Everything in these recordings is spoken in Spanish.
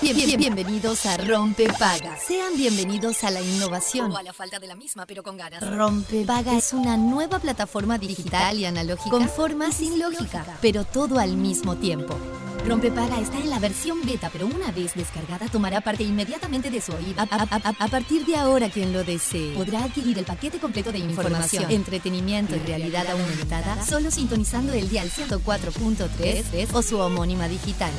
Bien- bien- bienvenidos a Rompe Paga. Sean bienvenidos a la innovación. O a la falta de la misma, pero con ganas. Rompe Paga es una nueva plataforma digital y analógica con forma sin lógica, pero todo al mismo tiempo. Rompe Paga está en la versión beta, pero una vez descargada tomará parte inmediatamente de su oído. A, a- a- a- a partir de ahora, quien lo desee podrá adquirir el paquete completo de información, entretenimiento y realidad aumentada solo sintonizando el dial 104.3 o su homónima digital.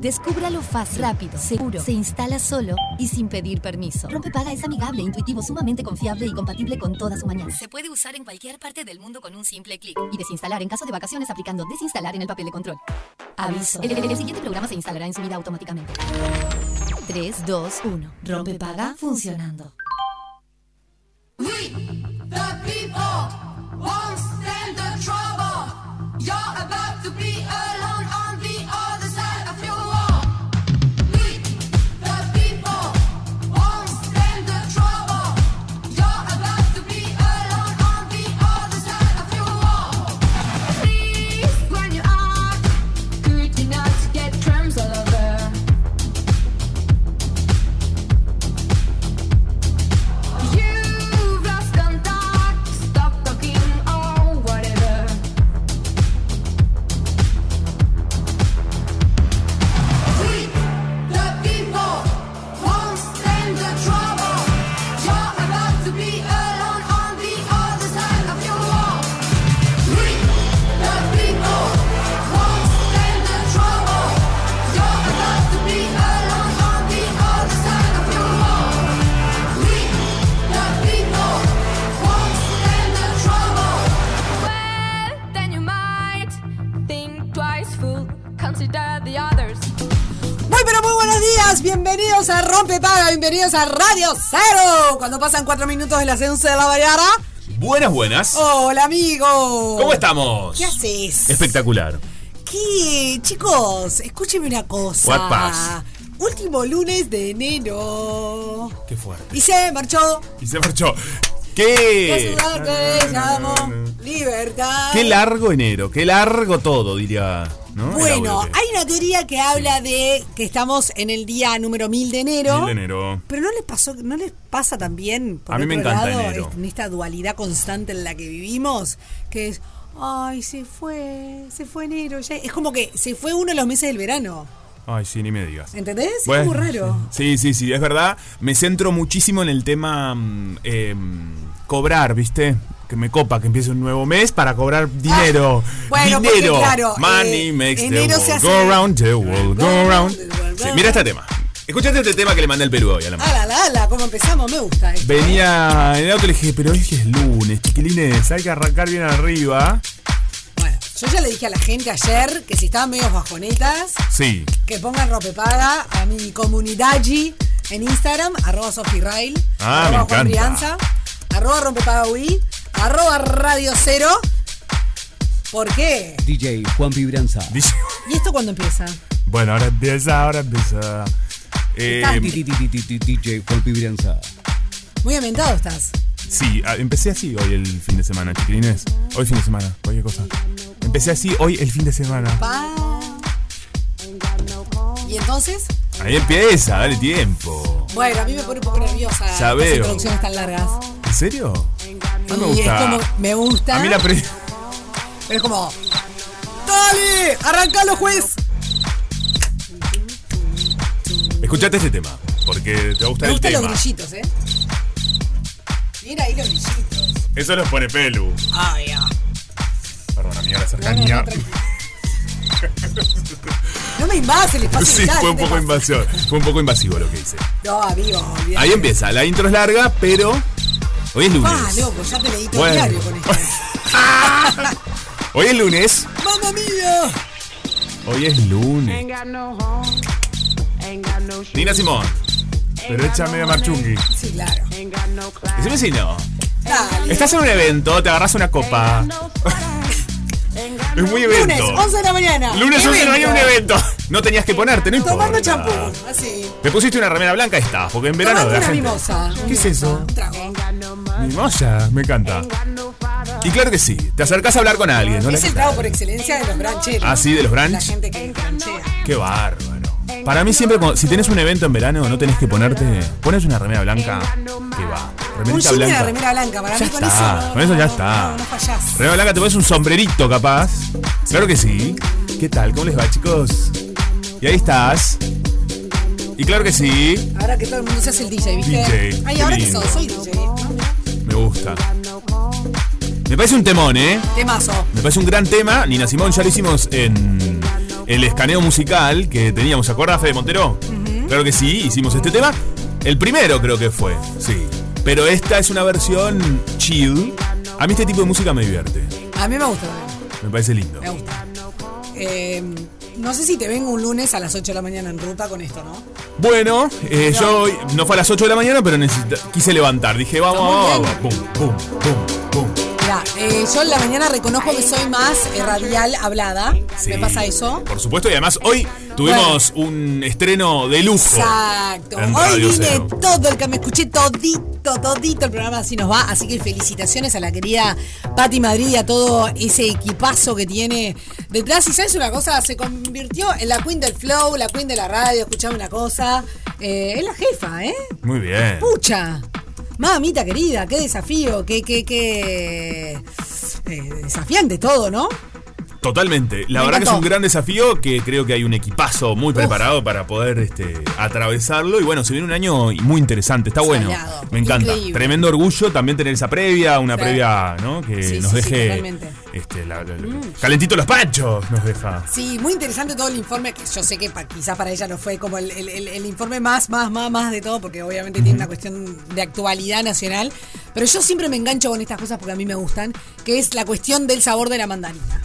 Descúbralo fácil, rápido, seguro. Se instala solo y sin pedir permiso. Rompepaga es amigable, intuitivo, sumamente confiable y compatible con toda su mañana. Se puede usar en cualquier parte del mundo con un simple clic. Y desinstalar en caso de vacaciones aplicando desinstalar en el papel de control. Aviso. El, el- el siguiente programa se instalará en su vida automáticamente. 3, 2, 1. Rompepaga funcionando. We, the people, won't stand the trouble. You're about to be alone on the other side of your wall. We, the people, won't stand the trouble. You're about to be alone on the other side of your wall. Please, when you are, could you not get crumbs all over? You've lost contact. Stop talking or whatever. We, the people, won't stand the trouble. You're about to be alone on the other side of your wall. We, the people, won't stand the trouble. You're about to be alone on the other side of your wall. We, the people, won't stand the trouble. Well, then you might think twice, fool. Consider the others. Muy pero muy buenos días, bienvenidos a Rompe Paga, bienvenidos a Radio Cero. Cuando pasan cuatro minutos de las 11 de la mañana. Buenas, buenas. Hola amigo. ¿Cómo estamos? Oh. ¿Qué haces? Espectacular. ¿Qué? Chicos, escúcheme una cosa. What pass? Último lunes de enero. Qué fuerte. Y se marchó. Y se marchó. La ¿Qué? ciudad que llamo Libertad. Qué largo enero, qué largo todo, diría. ¿no? El bueno, audio que- hay una teoría que habla de que estamos en el día número 1000 de enero. Mil de enero. Pero no les pasó, no les pasa también por A mí otro me encanta lado, enero. est- en esta dualidad constante en la que vivimos, que es ay se fue, se fue enero, ya- es como que se fue uno de los meses del verano, Ay, sí, ni me digas. ¿entendés? Es Bueno, como raro. Sí, sí, sí, es verdad. Me centro muchísimo en el tema mm, eh, cobrar, ¿viste? Que me copa que empiece un nuevo mes para cobrar dinero. Ah, bueno, porque dinero. claro, Money eh, makes the enero se world hace- go round, the world Go go round, the round. world Sí, go mira este round. tema. Escuchate este tema que le mandé al Perú hoy a la mañana. Ala, ala, ala, como empezamos, me gusta. esto. Venía en el auto y le dije, pero hoy es lunes, chiquilines, hay que arrancar bien arriba. Bueno, yo ya le dije a la gente ayer que si estaban medio bajonetas, Sí. que pongan ropa paga a mi comunidad en Instagram, arroba sofirail, Ah, me arroba encanta. Brianza, arroba rompepaga UI, arroba radio cero. ¿Por qué? DJ Juan Vibranza. Dice, ¿Y esto cuándo empieza? bueno, ahora empieza, ahora empieza. Eh, DJ Juan Vibranza. Muy aumentado estás. sí, ah, empecé así hoy el fin de semana, chiquilines. Hoy fin de semana, cualquier cosa. Empecé así hoy el fin de semana. Pa. ¿Y entonces? Ahí empieza, dale tiempo. Bueno, a mí me pone un poco nerviosa Ya las veo. introducciones tan largas. ¿En serio? No me Y es como, gusta. me gusta. A mí la pre- Pero es como. ¡Dale! ¡Arrancalo, juez! Escuchate este tema, porque te va a gustar Me el gustan los tema. grillitos, ¿eh? Mira ahí los grillitos. Eso los pone pelu. Ah, ya. Perdón, amiga, la No, no, cercanía. no, tranquila. No me invases el espacio Sí, vital, fue un ¿qué te poco pasa? invasivo. Fue un poco invasivo lo que hice. No, amigo, olvidate. Ahí empieza, la intro es larga, pero hoy es lunes. Ah, loco, ya te leí todo Bueno. el diario con esto. Hoy es lunes. ¡Mamma mía! Hoy es lunes. Nina Simón. Pero echa media marchungui. Sí, claro. Decime si no. Dale. Estás en un evento, te agarras una copa. es muy Lunes, evento. 11 de la mañana. Lunes 11 no hay un Evento. evento. No tenías que ponerte, no importa. Tomando champú, así. Te pusiste una remera blanca y estabas, porque en verano Tomando la una gente- mimosa. ¿Qué es eso? Un trago. Mimosa, me encanta. Y claro que sí, te acercás a hablar con alguien. Hola, Es ¿qué el tal? trago por excelencia de los brancheros. Ah, sí, de los La branch. gente que branchea. Qué bárbaro. Para mí siempre, cuando- si tenés un evento en verano, no tenés que ponerte. Pones una remera blanca que va. Un Remerita jean y blanca. una remera blanca, para Ya mí con está, eso. no, con eso no, ya no, está. No, no fallás. Remera blanca, te pones un sombrerito capaz. Claro que sí. ¿Qué tal? ¿Cómo les va, chicos? Y ahí estás. Y claro que sí, Ahora que todo el mundo se hace el DJ, ¿viste? DJ, Ay, qué ahora que lindo. sos, soy DJ. ¿no? me gusta. Me parece un temón, ¿eh? Temazo. Me parece un gran tema. Nina Simón ya lo hicimos en el escaneo musical que teníamos. ¿Se acuerda, Fede Montero? Claro que sí, hicimos este tema. El primero creo que fue, sí. Pero esta es una versión chill. A mí este tipo de música me divierte. A mí me gusta también, Me parece lindo. me gusta. Eh, no sé si te vengo un lunes a las 8 de la mañana en ruta con esto, ¿no? Bueno, eh, yo hoy- no fue a las 8 de la mañana, pero necesita- quise levantar. Dije, vamos, Está muy vamos, vamos. Pum, pum, pum, pum. Mirá, eh, yo en la mañana reconozco que soy más eh, radial hablada. Sí, Me pasa eso. Por supuesto, y además hoy tuvimos un estreno de lujo. Exacto. en Hoy Radio vine Cero. todo el que me escuché todito, todito el programa así nos va. Así que felicitaciones a la querida Patti Madrid y a todo ese equipazo que tiene detrás. Y sabes una cosa, se convirtió en la queen del flow, la queen de la radio, escuchaba una cosa. Eh, es la jefa, ¿eh? Muy bien. Pucha. Mamita querida, qué desafío, qué, qué, qué eh, desafiante todo, ¿no? Totalmente. La Me verdad que es encantó. un gran desafío que creo que hay un equipazo muy Uf. preparado para poder este, atravesarlo. Y bueno, se viene un año muy interesante. Está bueno. Salado. Me encanta. Increíble. Tremendo orgullo también tener esa previa, una Sí. previa ¿no? que Sí, nos sí, sí, deje totalmente. Mm. este, la- la- la- calentito los panchos. Nos deja. Sí, muy interesante todo el informe, que yo sé que pa- quizás para ella no fue como el, el- el- el informe más, más, más, más de todo, porque obviamente tiene una cuestión de actualidad nacional, pero yo siempre me engancho con estas cosas porque a mí me gustan, que es la cuestión del sabor de la mandarina.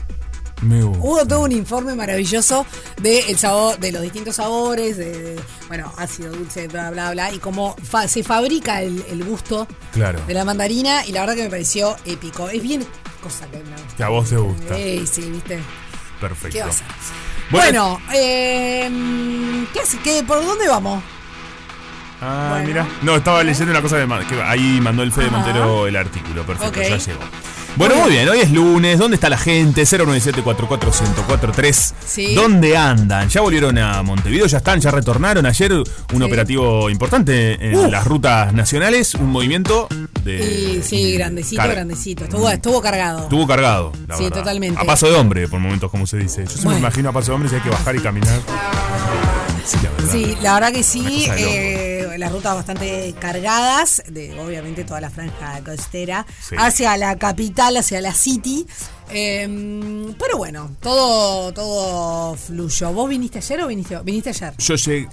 Me gusta. Hubo todo un informe maravilloso de el sabor, de los distintos sabores, de, de, bueno, ácido, dulce, bla, bla, bla, y cómo fa- se fabrica el, el gusto Claro. de la mandarina, y la verdad que me pareció épico. Es bien cosa que me gusta. Que a vos te gusta. Ey, sí, viste. Perfecto. ¿Qué va a ser? Bueno. Bueno, eh, ¿qué hace? ¿Qué- ¿Por dónde vamos? Ah, Bueno. mira. No, estaba leyendo una cosa de Mar- que ahí mandó el Fede Ajá. Montero el artículo. Perfecto, Ok. ya llegó. Bueno, muy bien, hoy es lunes. ¿Dónde está la gente? 097-44143. Sí. ¿Dónde andan? ¿Ya volvieron a Montevideo? ¿Ya están? ¿Ya retornaron? Ayer un operativo importante en Uf. las rutas nacionales. Un movimiento de. Y, sí, grandecito, car- grandecito. Estuvo, estuvo cargado. Eh, Estuvo cargado, la Sí, verdad. totalmente. A paso de hombre, por momentos, como se dice. Yo siempre Bueno. me imagino a paso de hombre si hay que bajar y caminar. Sí, la verdad. Sí, la verdad que Una sí. cosa de loco. eh, las rutas bastante cargadas, de obviamente toda la franja costera, Sí. hacia la capital, hacia la city. Eh, pero bueno, todo, todo fluyó. ¿Vos viniste ayer o viniste, viniste ayer? Yo llegué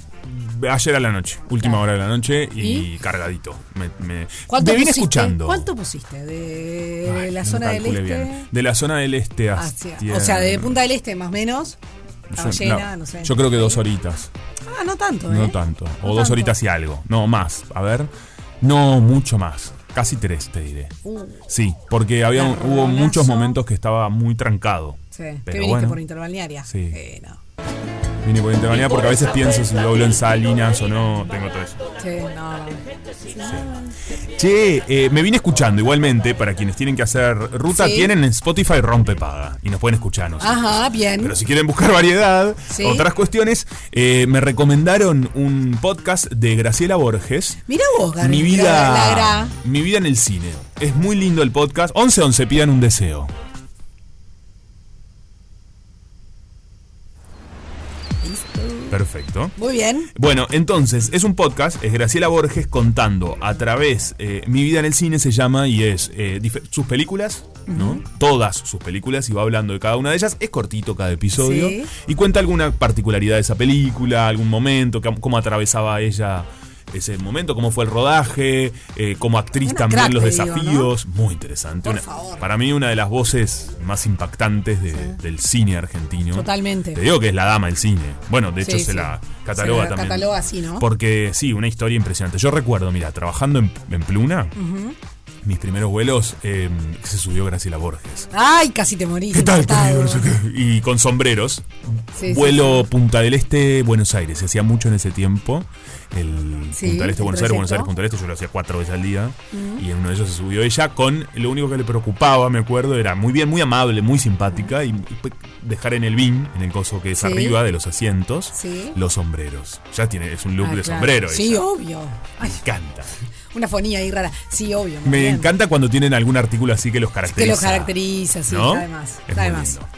ayer a la noche, última Claro. hora de la noche y, ¿Y? cargadito. Me, me, ¿Cuánto me vine pusiste? escuchando. ¿Cuánto pusiste? ¿De Ay, la no zona del calculé este? bien. De la zona del este hacia- hasta. o sea, de Punta del Este más o menos. Estaba Yo- llena, la- no sé. Yo creo que dos horitas. Ah, no tanto, ¿eh? No tanto. O No dos tanto. horitas y algo. No, más. A ver. No, mucho más. Casi tres, te diré. Uh, Sí, porque había, hubo Garrolazo. muchos momentos que estaba muy trancado. sí. ¿Qué Pero viniste bueno, por interbalnearia? Sí. Eh, no. vine por intervalía porque a veces pienso si doblo en Salinas o no. Tengo todo eso. Sí, no, no. Che, eh, me vine escuchando igualmente, para quienes tienen que hacer ruta, Sí. tienen en Spotify Rompe Paga y nos pueden escucharnos. Ajá, bien. Pero si quieren buscar variedad, Sí. otras cuestiones, eh, me recomendaron un podcast de Graciela Borges. Mira vos, Garri, Mi La, la vida, gra- mi vida en el cine. Es muy lindo el podcast. 1111 pidan un deseo. Perfecto. Muy bien. Bueno, entonces, es un podcast, es Graciela Borges contando a través, eh, Mi vida en el cine se llama y es eh, dife- sus películas, ¿no? Todas sus películas y va hablando de cada una de ellas. Es cortito cada episodio Sí. y cuenta alguna particularidad de esa película, algún momento, cam- cómo atravesaba ella ese momento, cómo fue el rodaje, eh, como actriz Una también crack, los te digo, desafíos. Muy interesante. Por Una- favor. Para mí una de las voces más impactantes de- del cine argentino. Totalmente. Te digo que es la dama del cine. Bueno, de hecho Sí, se sí. la cataloga Se la también. cataloga así, ¿no? Porque sí, una historia impresionante. Yo recuerdo, mira, trabajando en, en Pluna, mis primeros vuelos, eh, se subió Graciela Borges. Ay, casi te morís. Ah, ¿Qué tal? impactado. querido? No sé qué. Y con sombreros. Sí, sí, Vuelo Punta del Este, Buenos Aires. Se hacía mucho en ese tiempo. El Sí, Punta del Este, el Buenos Aires, Buenos proyecto. Aires, Punta del Este. Yo lo hacía cuatro veces al día. Y en uno de ellos se subió ella con. Lo único que le preocupaba, me acuerdo, era muy bien, muy amable, muy simpática. Y, y pe- dejar en el bin, en el coso que es Sí. arriba de los asientos, Sí. los sombreros. Ya tiene, es un look Ah, de claro. sombrero. Sí, ella. obvio. Ay, Me encanta. una fonía ahí rara. Sí, obvio. muy Me bien. encanta cuando tienen algún artículo así que los Que caracteriza. lo caracteriza, sí, ¿no? además. Es muy además. lindo.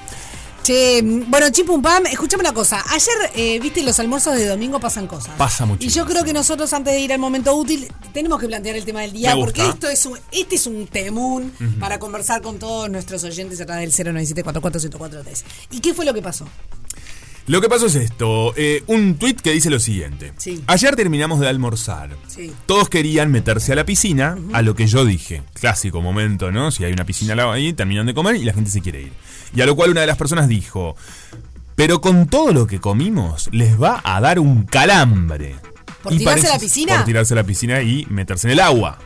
Che, mm, bueno, Chimpum Pam, escuchame una cosa. Ayer, eh, viste, los almuerzos de domingo pasan cosas. Pasa muchísimo. Y yo creo que nosotros, antes de ir al momento útil, tenemos que plantear el tema del día. Me Porque gusta. esto es un, este es un temún para conversar con todos nuestros oyentes a través del 097-44143. ¿Y qué fue lo que pasó? Lo que pasó es esto, eh, un tuit que dice lo siguiente. Sí. Ayer terminamos de almorzar. Sí. Todos querían meterse a la piscina, a lo que yo dije. Clásico momento, ¿no? Si hay una piscina al lado ahí, terminan de comer y la gente se quiere ir. Y a lo cual una de las personas dijo, pero con todo lo que comimos, les va a dar un calambre. ¿Por tirarse a la piscina? Por tirarse a la piscina y meterse en el agua.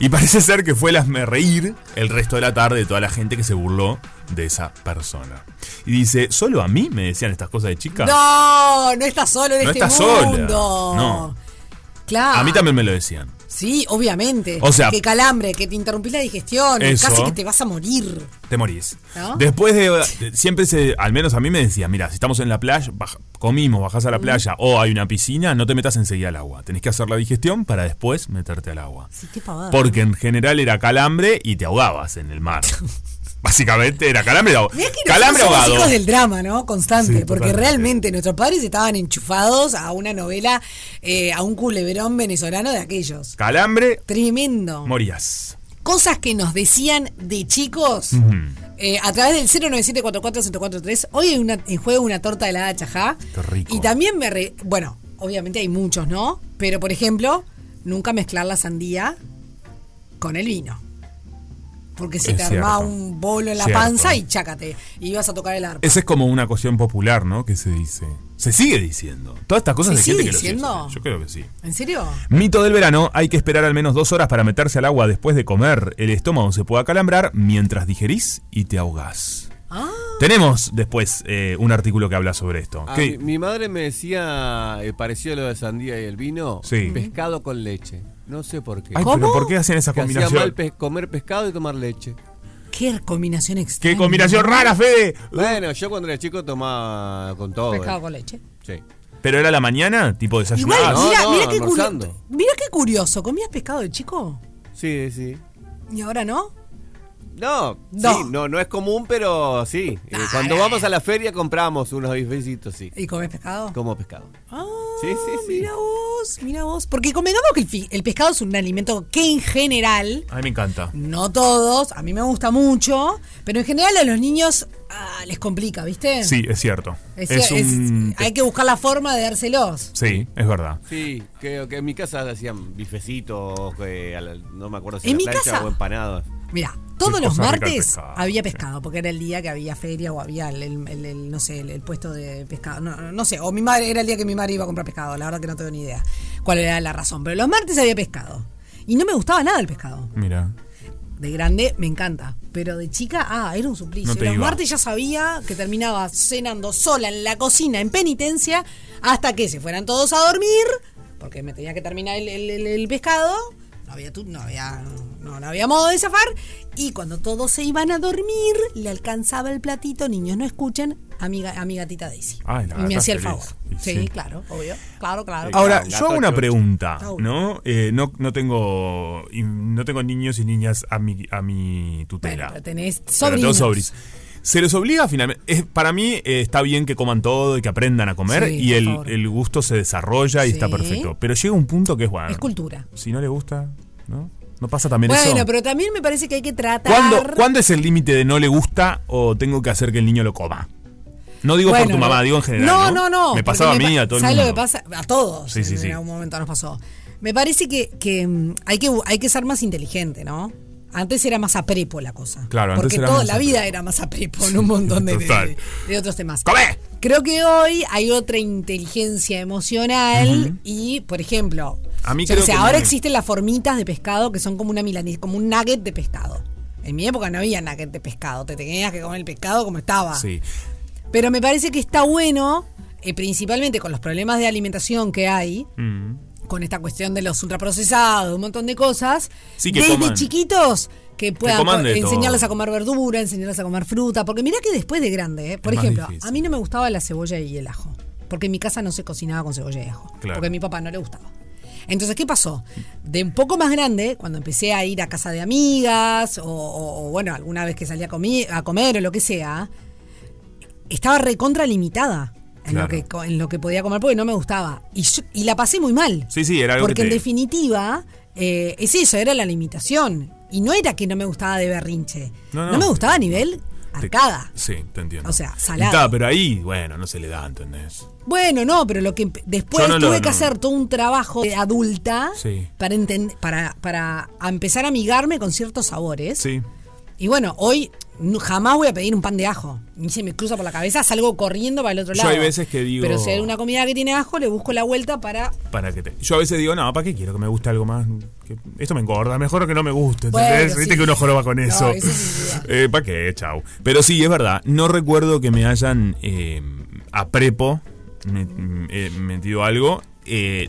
Y parece ser que fue el hazme reír el resto de la tarde de toda la gente que se burló de esa persona. Y dice, ¿solo a mí me decían estas cosas de chica? No, no estás solo en No este estás sola. mundo. Ah. No. Claro. A mí también me lo decían. Sí, obviamente. O sea- que calambre, que te interrumpí la digestión, Eso. casi que te vas a morir. Te morís. ¿No? Después de. de- Siempre se. Al menos a mí me decía, mira, si estamos en la playa, baja- comimos, bajás a la playa o hay una piscina, no te metas enseguida al agua. Tenés que hacer la digestión para después meterte al agua. Sí, qué pavada. Porque en general era calambre y te ahogabas en el mar. Básicamente era calambre y ahog- Mirá que Calambre nosotros somos ahogado. hijos del drama, ¿no? Constante. Sí, porque totalmente. realmente nuestros padres estaban enchufados a una novela, eh, a un culebrón venezolano de aquellos. Calambre, Tremendo. morías. Cosas que nos decían de chicos eh, a través del 097-44143. Hoy hay una, en juego una torta de la Chajá. Qué rico. Y también me. re- bueno, obviamente hay muchos, ¿no? Pero por ejemplo, nunca mezclar la sandía con el vino. Porque se Es te armaba cierto. un bolo en la Cierto. panza y chácate. Y ibas a tocar el arpa. Esa es como una cuestión popular, ¿no? Que se dice. Se sigue diciendo. Todas estas cosas ¿Se hay sigue gente que lo sigue diciendo? haciendo. Yo creo que sí. ¿En serio? Mito del verano, hay que esperar al menos dos horas para meterse al agua después de comer. El estómago se puede acalambrar mientras digerís y te ahogás. Tenemos después eh, un artículo que habla sobre esto. Ah, ¿Qué? mi, mi madre me decía, eh, parecido a lo de sandía y el vino, Sí. pescado con leche. No sé por qué. Ay, pero ¿por qué hacen esa Que hacía mal combinación? pe- comer pescado y tomar leche. Qué combinación extraña. ¡Qué combinación rara, Fede! Bueno, yo cuando era chico tomaba con todo. Pescado eh. con leche. Sí. ¿Pero era la mañana? ¿Tipo desayunar? Igual, no, mira, no, mira qué almorzando. curioso. Mira qué curioso. ¿Comías pescado de chico? Sí, sí. ¿Y ahora no? No, No. no. Sí, no, no es común, pero sí. Eh, cuando vamos a la feria compramos unos bifecitos, sí. ¿Y comés pescado? Como pescado. Ah, Sí, sí, sí. mira vos, mira vos. Porque convengamos que el, fi- el pescado es un alimento que en general, A mí me encanta. no todos, a mí me gusta mucho, pero en general a los niños ah, les complica, ¿viste? Sí, es cierto. Es- Es, es- un... hay que buscar la forma de dárselos. Sí, es verdad. Sí, creo que en mi casa hacían bifecitos, eh, a la- no me acuerdo si ¿En a mi la plancha casa? o empanadas. Mira, todos Qué los cosa rica el martes pescado, había sí. pescado, porque era el día que había feria o había el, el- el- el- no sé, el, el puesto de pescado, no, no- no sé, o mi madre, era el día que mi madre iba a comprar pescado, la verdad que no tengo ni idea cuál era la razón, pero los martes había pescado. Y no me gustaba nada el pescado. Mira. De grande me encanta, pero de chica, ah, era un suplicio. No te los iba. martes ya sabía que terminaba cenando sola en la cocina, en penitencia, hasta que se fueran todos a dormir, porque me tenía que terminar el, el- el- el pescado. No había, tu- no, había, no, no había modo de zafar. Y cuando todos se iban a dormir, le alcanzaba el platito, niños no escuchen, a mi, ga- a mi gatita Daisy. Ay, la y me gata hacía el feliz. favor. Y Sí, sí. claro, obvio. Claro, claro. Ahora, Gato yo hago una chocho. pregunta, Chau. ¿no? Eh, no, no tengo y no tengo niños y niñas a mi, a mi tutela. Bueno, pero tenés Pero tengo sobrinos. sobris. Se les obliga finalmente. es- para mí eh, está bien que coman todo y que aprendan a comer Sí, y por el, favor. el gusto se desarrolla y Sí. está perfecto. Pero llega un punto que es bueno. Es cultura. Si no le gusta, ¿no? No pasa también Bueno, eso. pero también me parece que hay que tratar. ¿Cuándo, cuándo es el límite de no le gusta o tengo que hacer que el niño lo coma? No digo por Bueno, tu mamá, no. digo en general. No, No, no, no. Me pasaba a porque mí y pa- a todo el ¿sabes mundo. lo que pasa? A todos. Sí, sí, en sí. algún momento nos pasó. Me parece que, que, mm, hay que hay que ser más inteligente, ¿no? Antes era más a prepo la cosa. Claro, antes Porque era toda más la a vida era más a prepo en un montón de, de- Total. de otros temas. ¡Come! Creo que hoy hay otra inteligencia emocional y, por ejemplo, A mí Yo qué creo sé, que ahora me- existen las formitas de pescado que son como una milanesa, como un nugget de pescado. En mi época no había nugget de pescado, te tenías que comer el pescado como estaba. Sí. Pero me parece que está bueno, eh, principalmente con los problemas de alimentación que hay, con esta cuestión de los ultraprocesados, un montón de cosas, Sí, que desde coman. chiquitos que puedan coman co- de enseñarles todo. a comer verdura, enseñarles a comer fruta, porque mirá que después de grande, ¿eh? por Es más ejemplo, difícil. a mí no me gustaba la cebolla y el ajo, porque en mi casa no se cocinaba con cebolla y ajo, Claro. porque a mi papá no le gustaba. Entonces, ¿qué pasó? De un poco más grande, cuando empecé a ir a casa de amigas, o, o- o, bueno, alguna vez que salía a, comi- a comer o lo que sea, estaba recontra limitada en, Claro. lo que, co- en lo que podía comer porque no me gustaba. Y, yo- y la pasé muy mal. Sí, sí, era algo Porque que en te- definitiva, eh, es eso, era la limitación. Y no era que no me gustaba de berrinche. No, No, no. me gustaba a nivel arcada. Sí, te entiendo. O sea, salado. Y ta, pero ahí, bueno, no se le da, ¿entendés? Bueno, no, pero lo que empe- después Yo no lo- tuve que no. hacer todo un trabajo de adulta Sí. para, enten- para, para empezar a amigarme con ciertos sabores. Sí. Y bueno, hoy no- jamás voy a pedir un pan de ajo. Ni se me cruza por la cabeza, salgo corriendo para el otro Yo lado. hay veces que digo- Pero si hay una comida que tiene ajo, le busco la vuelta para. Para que te... Yo a veces digo, no, ¿para qué quiero que me guste algo más? Que Esto me engorda, mejor que no me guste. Bueno, ¿entendés? Viste sí. que uno joroba con No, eso. eso sin duda. Eh, ¿Para qué? Chau. Pero sí, es verdad. No recuerdo que me hayan eh, a prepo me- eh, metido algo. eh,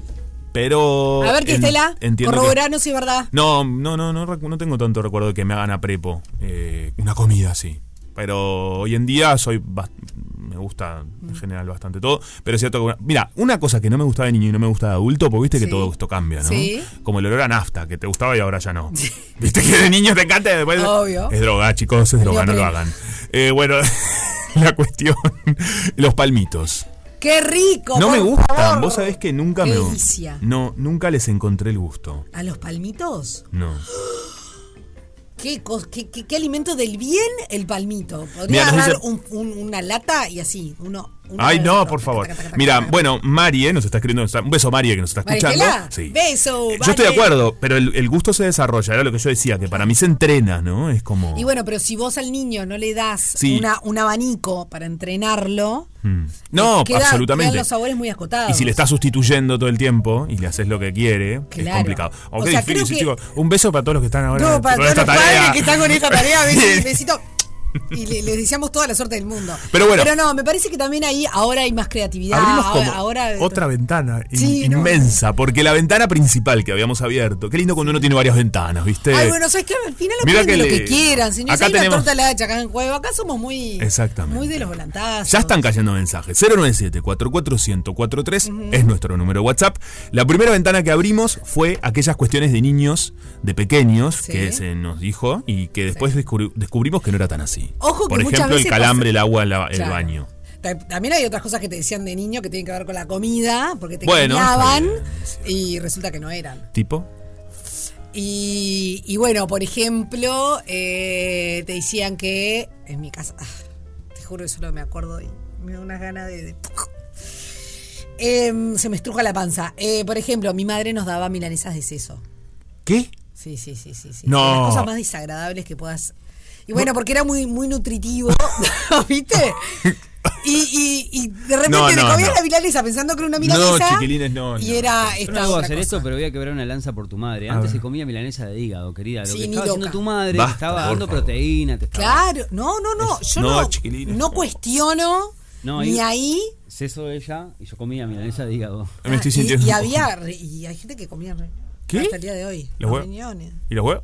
pero. A ver, Oh, en- Cristela, entiendo que- corroboranos si es verdad. No, no, no, no, recu- no tengo tanto recuerdo de que me hagan a prepo eh, una comida así. Pero hoy en día soy bas- me gusta Mm. en general bastante todo. Pero es cierto que. una- mira, una cosa que no me gustaba de niño y no me gusta de adulto, porque viste que Sí. todo esto cambia, ¿no? Sí. Como el olor a nafta, que te gustaba y ahora ya no. Viste que de niño te encanta y después. Obvio. Es droga, chicos, es droga, no lo aprendo. hagan. Eh, bueno, la cuestión. Los palmitos. ¡Qué rico! No por me gustan, favor! vos sabés que nunca Qué me. delicia. No, nunca les encontré el gusto. ¿A los palmitos? No. ¿Qué, cos- qué, qué- qué alimento del bien el palmito? Podría Mira, nos agarrar dice- un- un- una lata y así, uno. uno Ay, al no, otro. por favor. Taca, taca, taca, Mira, taca. bueno, Marie nos está escribiendo. Un beso, Marie, que nos está escuchando. Mariquela, beso, Eh, Yo estoy de Marie. acuerdo, pero el, el gusto se desarrolla. Era lo que yo decía, que para mí se entrena, ¿no? Es como. Y bueno, pero si vos al niño no le das Sí. una, un abanico para entrenarlo, Mm. No, queda- absolutamente. quedan los sabores muy acotados. Y si le estás sustituyendo todo el tiempo y le haces lo que quiere, es Claro. complicado. O Aunque sea, difícil, creo que- chicos. Un beso para todos los que están ahora No, para con todos esta los tarea. padres que están con esta tarea, besito, besito. Y le- les deseamos toda la suerte del mundo. Pero bueno. Pero no, me parece que también ahí ahora hay más creatividad. Abrimos "Ah, ahora, como ahora- otra ventana in- Sí, no. inmensa, porque la ventana principal que habíamos abierto, qué lindo cuando uno tiene varias ventanas, ¿viste? Ay, bueno, sabes que al final Este, Mirá aprenden que lo le- que quieran. Si no Acá hay tenemos- una torta de la hacha acá en juego, acá somos muy, Exactamente. muy de los volantazos. Ya están cayendo mensajes. 097-44143 es nuestro número WhatsApp. La primera ventana que abrimos fue aquellas cuestiones de niños, de pequeños, Sí. que se nos dijo y que después descubri- descubrimos que no era tan así. Ojo que Por muchas ejemplo, el veces calambre, el pasa- agua, la- el Claro. baño. Ta- También hay otras cosas que te decían de niño que tienen que ver con la comida, porque te Bueno, engañaban está y resulta que no eran. ¿Tipo? Y, y bueno, por ejemplo, eh, te decían que en mi casa, ah, te juro que solo me acuerdo y me da unas ganas de... de- Em, se me estruja la panza. Eh, por ejemplo, mi madre nos daba milanesas de seso. ¿Qué? Sí, sí, sí, sí, sí. No. Las cosas más desagradables que puedas. Y bueno, porque era muy, muy nutritivo, ¿viste? Y, y, y de repente No, te no, comías no. la milanesa pensando que era una milanesa. chiquilines, no, Y no. era Yo esta Yo no debo otra hacer cosa. esto, pero voy a quebrar una lanza por tu madre. A Antes ver. se comía milanesa de hígado, querida. Lo Sí, que ni estaba haciendo loca. tu madre, te Basta, estaba por dando favor. proteína, te estaba- Claro, no, no, no. Es- Yo no, no, chiquilines, no no. cuestiono No, ni ahí- ahí. Seso ella y yo comía milanesa de hígado. Me estoy Ah, y- sintiendo. y, había, re- y hay gente que comía re- ¿Qué? hasta el día de hoy. Los Los, huevos. riñones, ¿Y los huevos?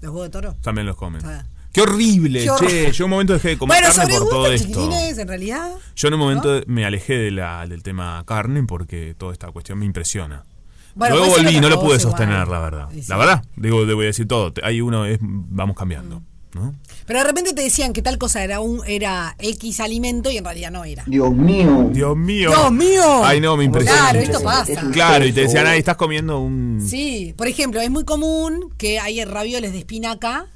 los huevos de toro. También los comen. Ah. Qué horrible, Qué horror- che. Yo un momento dejé de comer Bueno, carne sobre por todo gustos, esto. chiquilines, en realidad. Yo en un momento me alejé de la- del tema carne porque toda esta cuestión me impresiona. Bueno, Luego puede ser volví, otra no lo pude cosa igual. sostener, la verdad. Sí, sí. La verdad, digo, debo decir todo. Te- Hay uno, es, vamos cambiando. Mm. ¿no? Pero de repente te decían que tal cosa era un era X alimento y en realidad no era. Dios mío. ¡Dios mío! Ay, no, me impresiona. Claro, esto pasa. Claro, y te decían, ay, estás comiendo un. Sí, por ejemplo, es muy común que hay ravioles de espinaca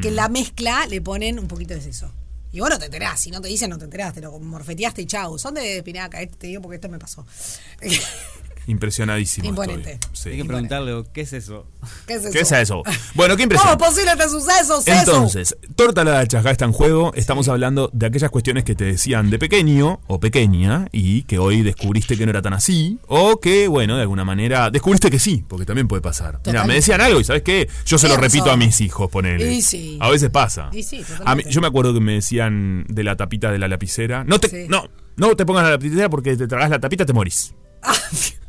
que en la mezcla le ponen un poquito de seso. Y vos no te enterás, si no este te dicen no te enterás, te lo morfeteaste y chau. Son de espinaca, eh, te digo porque esto me pasó. Impresionadísimo. estoy. Imponente. Sí. Hay que preguntarle, ¿qué es eso? ¿Qué es eso? ¿Qué es eso? Bueno, qué impresión. ¿Cómo es posible este suceso? Ceso? Entonces, torta la chasga está en juego. Estamos hablando de aquellas cuestiones que te decían de pequeño o pequeña y que hoy descubriste que no era tan así o que, bueno, de alguna manera descubriste que sí, porque también puede pasar. Mira, Totalmente. me decían algo y ¿sabes qué? Yo se lo Tienes repito a razón. mis hijos, ponele. Y sí. A veces pasa. Y sí, totalmente. A mí- yo me acuerdo que me decían de la tapita de la lapicera. No te, Sí. no, no te pongas la lapicera porque te tragas la tapita te morís. Ah,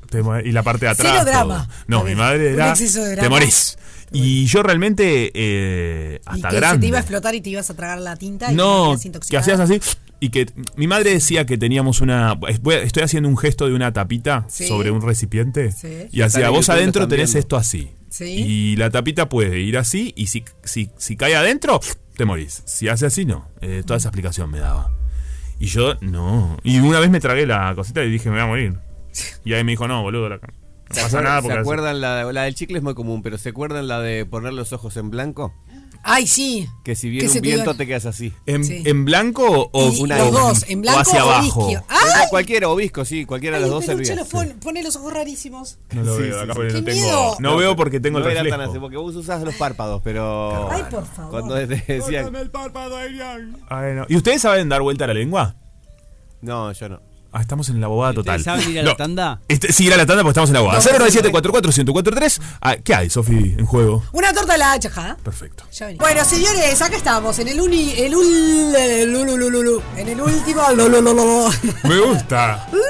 Te mo- y la parte de atrás. Cero drama. todo. No, mi Un madre era. exceso de drama. Te morís. Y yo realmente, eh, y hasta que se grande. te iba a explotar y te ibas a tragar la tinta y no, te quedas que hacías así. Y que mi madre decía que teníamos una. voy a- Estoy haciendo un gesto de una tapita Sí. sobre un recipiente. Sí. Y hacía, Están en vos YouTube, lo adentro están tenés viendo. esto así. Sí. Y la tapita puede ir así. Y si, si, si cae adentro, te morís. Si hace así, no. Eh, toda esa explicación me daba. Y yo, no. Y una vez me tragué la cosita y dije, me voy a morir. Y ahí me dijo, no, boludo, la, no ¿Se pasa acuer- nada ¿Se porque. acuerdan? La, la del chicle es muy común, pero ¿se acuerdan la de poner los ojos en blanco? Ay, sí. Que si Que viene se un te viento iban- te quedas así. ¿En, Sí. en blanco o, Y una- los o- dos, en blanco o hacia o Ah, abajo? isquio. ¡Ay! Cualquiera, obisco, sí, cualquiera de Ay, los el dos peluche servía. los pone, pone los ojos rarísimos. No lo Sí, veo, sí, acá sí. porque ¡Qué no miedo! tengo. No veo porque tengo el no era tan así, reflejo. porque vos usás los párpados, pero. Ay, por favor. Cuando te decían. Ay, no. ¿Y ustedes saben dar vuelta a la lengua? No, yo no. Ah, estamos en la bobada total. ¿Ustedes saben ir a la tanda? Este, sí, ir a la tanda porque estamos en la bobada. 097-44-1043. Ah, ¿Qué hay, Sofi, en juego? Una torta de la hacha, ¿ja? Perfecto. Ya venimos. Bueno, señores, acá estamos en el uni, el ul, el ul, ul, ul, ul, ul, en el último, lo, lo, lo, lo, lo, Me gusta. lo, lo,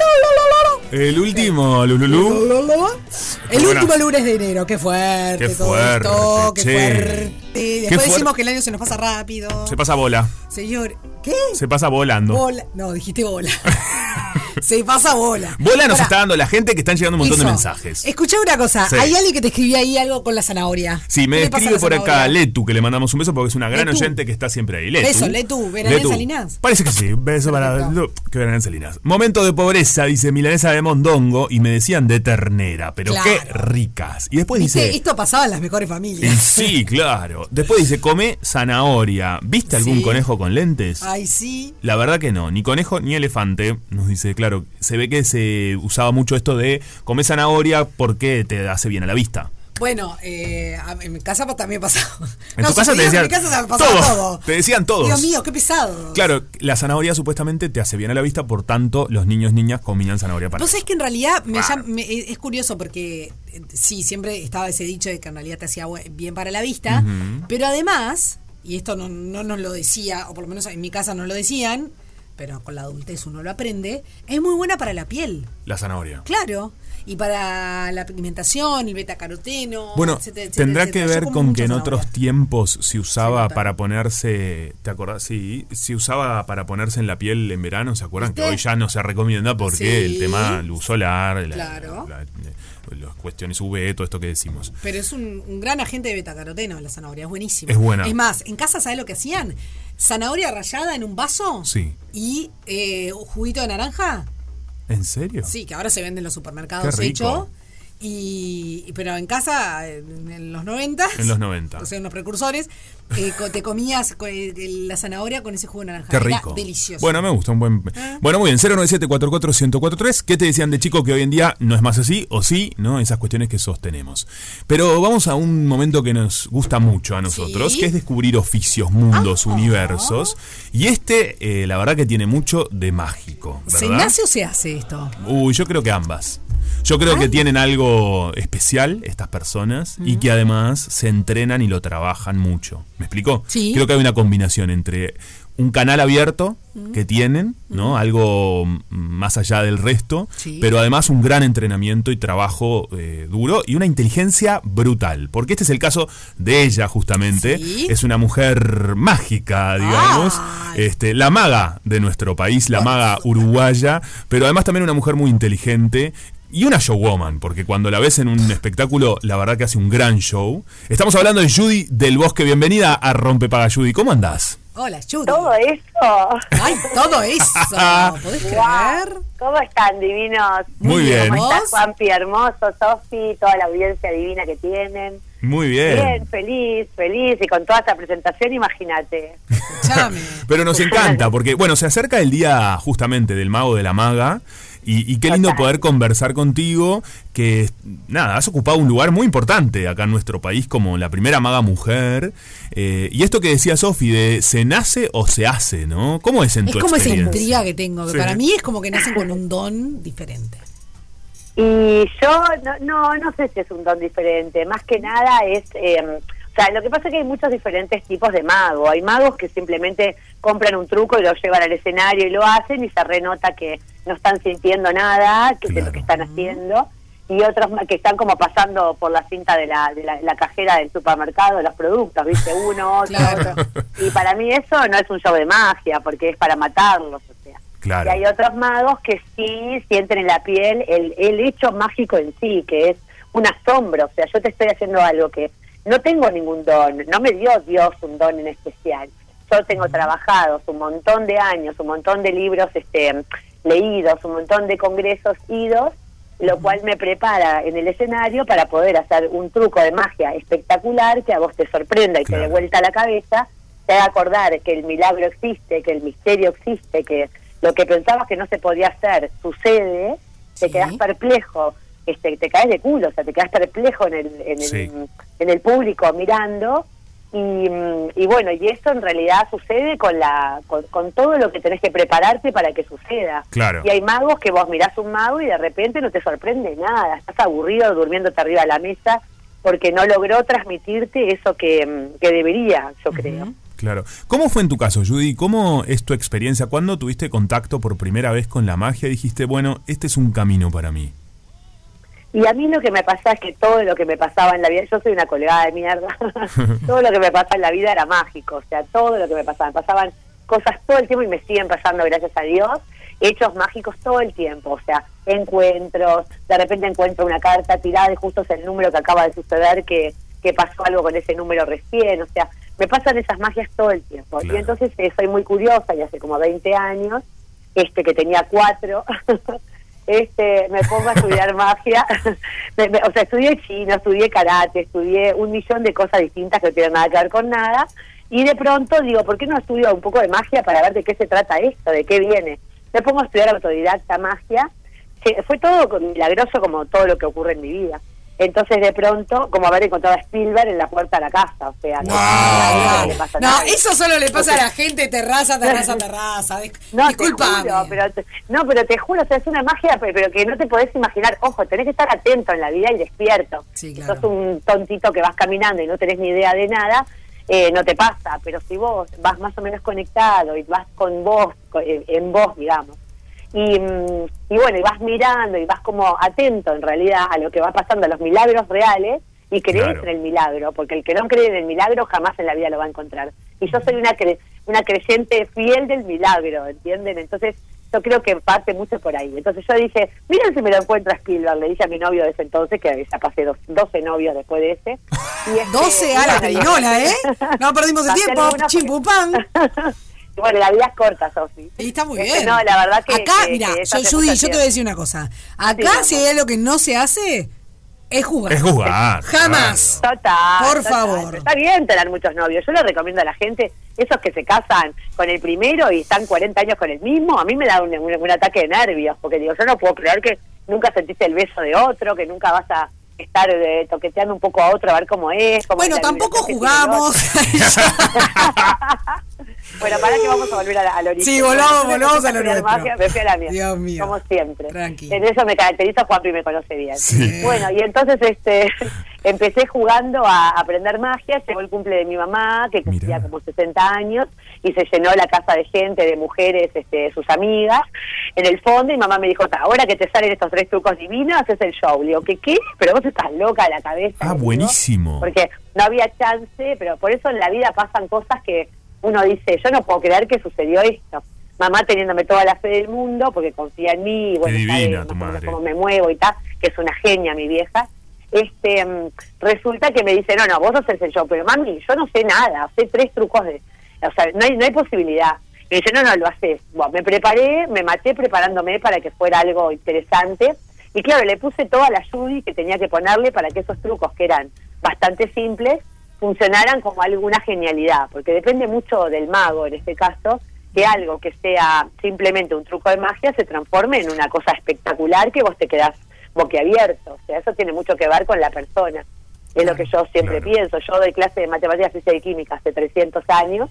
El último, lo, Lululú. lo, lo, lo, lo. el Buena. último lunes de enero, qué fuerte, Qué todo fuerte, esto, qué che. fuerte. Después Qué fuer- decimos que el año se nos pasa rápido. Se pasa bola. Señor, ¿qué? Se pasa volando. Bola. No, dijiste bola. se pasa bola. Bola nos Pará, está dando la gente que están llegando un montón de Eso. mensajes. Escuchá una cosa, Sí. hay alguien que te escribió ahí algo con la zanahoria. Sí, me ¿Qué le pasa a escribe la por acá zanahoria? Letu, que le mandamos un beso porque es una gran Letu. oyente que está siempre ahí. Letu. Beso, Letu, Veralén Salinas. Parece que sí, un beso para Perfecto. Letu, que Veralén Salinas. Momento de pobreza, dice Milanesa de Mondongo, y me decían de ternera, pero qué Claro. ricas. Y después Viste, dice... esto pasaba en las mejores Y familias. sí, claro. Después dice, come zanahoria. ¿Viste algún Sí. conejo con lentes? Ay, sí. La verdad que no, ni conejo ni elefante, nos dice, claro, se ve que se usaba mucho esto de comer zanahoria porque te hace bien a la vista. Bueno, eh, a- en mi casa pa- también pasaba. En No, tu casa te sucedía, decían En mi casa se pasaba todo. todo. Te decían todos. Dios mío, qué pesado. Claro, la zanahoria supuestamente te hace bien a la vista, por tanto, los niños niñas combinan zanahoria para. Vos sabés que en realidad me llam- me- eh, es es curioso porque eh, sí, siempre estaba ese dicho de que en realidad te hacía bu- bien para la vista, pero además, y esto no, no nos lo decía, o por lo menos en mi casa no lo decían, pero con la adultez uno lo aprende, es muy buena para la piel, La zanahoria. claro, y para la pigmentación, el betacaroteno. Bueno, etcétera, etcétera, tendrá etcétera. que Yo ver como con mucha que en zanahoria. otros tiempos se usaba nota. para ponerse, ¿te acordás? Sí, se usaba para ponerse en la piel en verano, ¿se acuerdan? Que ¿Viste? hoy ya no se recomienda porque el Sí. tema luz solar, la- Claro. la- eh, las cuestiones UV, todo esto que decimos. Pero es un, un gran agente de betacaroteno la zanahoria, es buenísimo. Es buena. Es más, en casa, ¿sabes lo que hacían? Zanahoria rallada en un vaso. Sí. Y eh, un juguito de naranja. ¿En serio? Sí, que ahora se vende en los supermercados Qué rico. hecho. Y, y- pero en casa, en, en los 90. En los 90. O sea, en los precursores, eh, co- te comías co- eh, la zanahoria con ese jugo de naranja. Qué Era rico. delicioso. Ah. Bueno, me gusta un buen. Bueno, muy bien. 097-44-1043. ¿Qué te decían de chico que hoy en día no es más así o sí? ¿No? Esas cuestiones que sostenemos. Pero vamos a un momento que nos gusta mucho a nosotros, Sí. Ah. que es descubrir oficios, mundos, universos. Y este, eh, la verdad que tiene mucho de mágico, ¿verdad? ¿Se nace o se hace esto? Uy, yo creo que ambas. Yo creo Ah. que tienen algo especial estas personas y Mm. que además se entrenan y lo trabajan mucho. ¿Me explicó? Sí. Creo que hay una combinación entre un canal abierto Mm. que tienen, ¿no? Algo mm, más allá del resto, Sí. pero además un gran entrenamiento y trabajo eh, duro y una inteligencia brutal. Porque este es el caso de ella, justamente. Sí. Es una mujer mágica, digamos. Ay. Este, la maga de nuestro país, la maga uruguaya, pero además también una mujer muy inteligente. Y una showwoman, porque cuando la ves en un espectáculo, la verdad que hace un gran show. Estamos hablando de Judy del Bosque. Bienvenida a Rompe Paga Judy. ¿Cómo andás? Hola, Judy. Todo eso. Ay, todo eso. ¿Podés Guau. creer? ¿Cómo están, divinos? Muy bien. ¿Cómo ¿Vos? estás, Juanpi? Hermoso, Sofi, toda la audiencia divina que tienen. Muy Bien, feliz, feliz. Y con toda esta presentación, imagínate. Escuchame. Pero nos encanta, porque, bueno, se acerca el día justamente del mago de la maga. Y, y qué lindo poder conversar contigo, que nada, has ocupado un lugar muy importante acá en nuestro país como la primera maga mujer. Eh, y esto que decía Sofi, de se nace o se hace, ¿no? ¿Cómo es en Es tu como esa experiencia? intriga que tengo, que Sí. para mí es como que nacen con un don diferente. Y yo no, no, no sé si es un don diferente, más que nada es... eh, o sea, lo que pasa es que hay muchos diferentes tipos de mago. Hay magos que simplemente compran un truco y lo llevan al escenario y lo hacen y se renota que no están sintiendo nada que de lo que están haciendo. Y otros ma- que están como pasando por la cinta de la, de la, la cajera del supermercado, de los productos, ¿viste? Uno, otro, otro. Y para mí eso no es un show de magia, porque es para matarlos, o sea. Claro. Y hay otros magos que sí sienten en la piel el, el hecho mágico en sí, que es un asombro. O sea, yo te estoy haciendo algo que no tengo ningún don, no me dio Dios un don en especial. Yo tengo trabajados un montón de años, un montón de libros este, leídos, un montón de congresos idos, lo cual me prepara en el escenario para poder hacer un truco de magia espectacular que a vos te sorprenda y te dé vuelta la cabeza te haga acordar que el milagro existe, que el misterio existe, que lo que pensabas que no se podía hacer sucede, te quedas perplejo, este, te caes de culo, o sea, te quedas perplejo en el, en el, Sí. en el público mirando. Y, mm, y bueno, y eso en realidad sucede con, la, con, con todo lo que tenés que prepararte para que suceda. Claro. Y hay magos que vos mirás un mago y de repente no te sorprende nada, estás aburrido durmiéndote arriba de la mesa porque no logró transmitirte eso que, mm, que debería, yo creo. Claro. ¿Cómo fue en tu caso, Judy? ¿Cómo es tu experiencia? ¿Cuándo tuviste contacto por primera vez con la magia y dijiste, bueno, este es un camino para mí? Y a mí lo que me pasa es que todo lo que me pasaba en la vida, yo soy una colgada de mierda, todo lo que me pasa en la vida era mágico, o sea, todo lo que me pasaba, me pasaban cosas todo el tiempo y me siguen pasando, gracias a Dios, hechos mágicos todo el tiempo, o sea, encuentros, de repente encuentro una carta tirada y justo es el número que acaba de suceder que, que pasó algo con ese número recién, o sea, me pasan esas magias todo el tiempo. Y entonces eh, soy muy curiosa y hace como 20 años, este que tenía cuatro, este, me pongo a estudiar magia. Me- me- o sea, estudié chino, estudié karate, estudié un millón de cosas distintas que no tienen nada que ver con nada. Y de pronto digo, ¿por qué no estudio un poco de magia para ver de qué se trata esto, de qué viene? Me pongo a estudiar autodidacta magia. Se- fue todo con- milagroso como todo lo que ocurre en mi vida. Entonces, de pronto, como haber encontrado a Spielberg en la puerta de la casa. O sea, no, Ah, no le pasa a No, nadie. eso solo le pasa a O sea, la gente terraza, terraza, terraza. Dis- no, te Disculpame. juro, pero te- no, pero te juro, o sea, es una magia, pe- pero que no te podés imaginar. Ojo, tenés que estar atento en la vida y despierto. Sí, Si claro. sos un tontito que vas caminando y no tenés ni idea de nada, eh, no te pasa. Pero si vos vas más o menos conectado y vas con vos, co- en- en vos, digamos, y, mm, y bueno, y vas mirando y vas como atento en realidad a lo que va pasando, a los milagros reales, y crees Claro. en el milagro, porque el que no cree en el milagro jamás en la vida lo va a encontrar. Y yo soy una, cre- una creyente fiel del milagro, ¿entienden? Entonces yo creo que parte mucho por ahí. Entonces yo dije, miren si me lo encuentro a Spielberg, le dije a mi novio de ese entonces, que ya pasé dos- 12 novios después de ese. Y este, 12 a la bueno, carinola, ¿eh? No perdimos el Pasé tiempo. algunas- Chimpupán. Y bueno, la vida es corta, Sofi. Y está muy Este, bien. No, la verdad que... Acá, que- mira, que esa Judy, yo te sensación- voy a decir una cosa. Sí, mi Acá, amor. si hay algo que no se hace, es jugar. Es jugar. Ah. Jamás. Total. Por total. favor. Pero Está bien tener muchos novios. Yo le recomiendo a la gente, esos que se casan con el primero y están 40 años con el mismo, a mí me da un, un- un ataque de nervios, porque digo, yo no puedo creer que nunca sentiste el beso de otro, que nunca vas a estar eh, toqueteando un poco a otro a ver cómo es. cómo Bueno, es la tampoco vibración que tiene el jugamos. otro. bueno, para que vamos a volver a la- al origen. Sí, volvamos, Yo me volvamos puse a lo estudiar nuestro. magia, me fui a la mía. Dios mío. Como siempre. Tranqui. En eso me caracteriza Juanpi, me conoce bien. Sí. Bueno, y entonces este empecé jugando a aprender magia. Llegó el cumple de mi mamá, que Mirá. cumplía como 60 años, y se llenó la casa de gente, de mujeres, este, sus amigas, en el fondo. Y mamá me dijo, "Ta, ahora que te salen estos tres trucos divinos, es el show. Le digo, ¿qué qué? Pero vos estás loca de la cabeza. Ah, le digo, buenísimo. Porque no había chance, pero por eso en la vida pasan cosas que uno dice, yo no puedo creer que sucedió esto. Mamá teniéndome toda la fe del mundo porque confía en mí y bueno, Qué sabe divina más tu o menos madre. cómo me muevo y tal, que es una genia mi vieja. Este, mm, resulta que me dice, no, no, vos no el yo, pero mami, yo no sé nada, sé tres trucos de... O sea, no hay, no hay posibilidad. Me dice, no, no, lo haces. Bueno, me preparé, me maté preparándome para que fuera algo interesante. Y claro, le puse toda la Judy que tenía que ponerle para que esos trucos, que eran bastante simples, funcionaran como alguna genialidad, porque depende mucho del mago en este caso, que algo que sea simplemente un truco de magia se transforme en una cosa espectacular que vos te quedás boquiabierto. O sea, eso tiene mucho que ver con la persona. Es lo que yo siempre pienso. Yo doy clase de matemáticas, física y química hace 300 años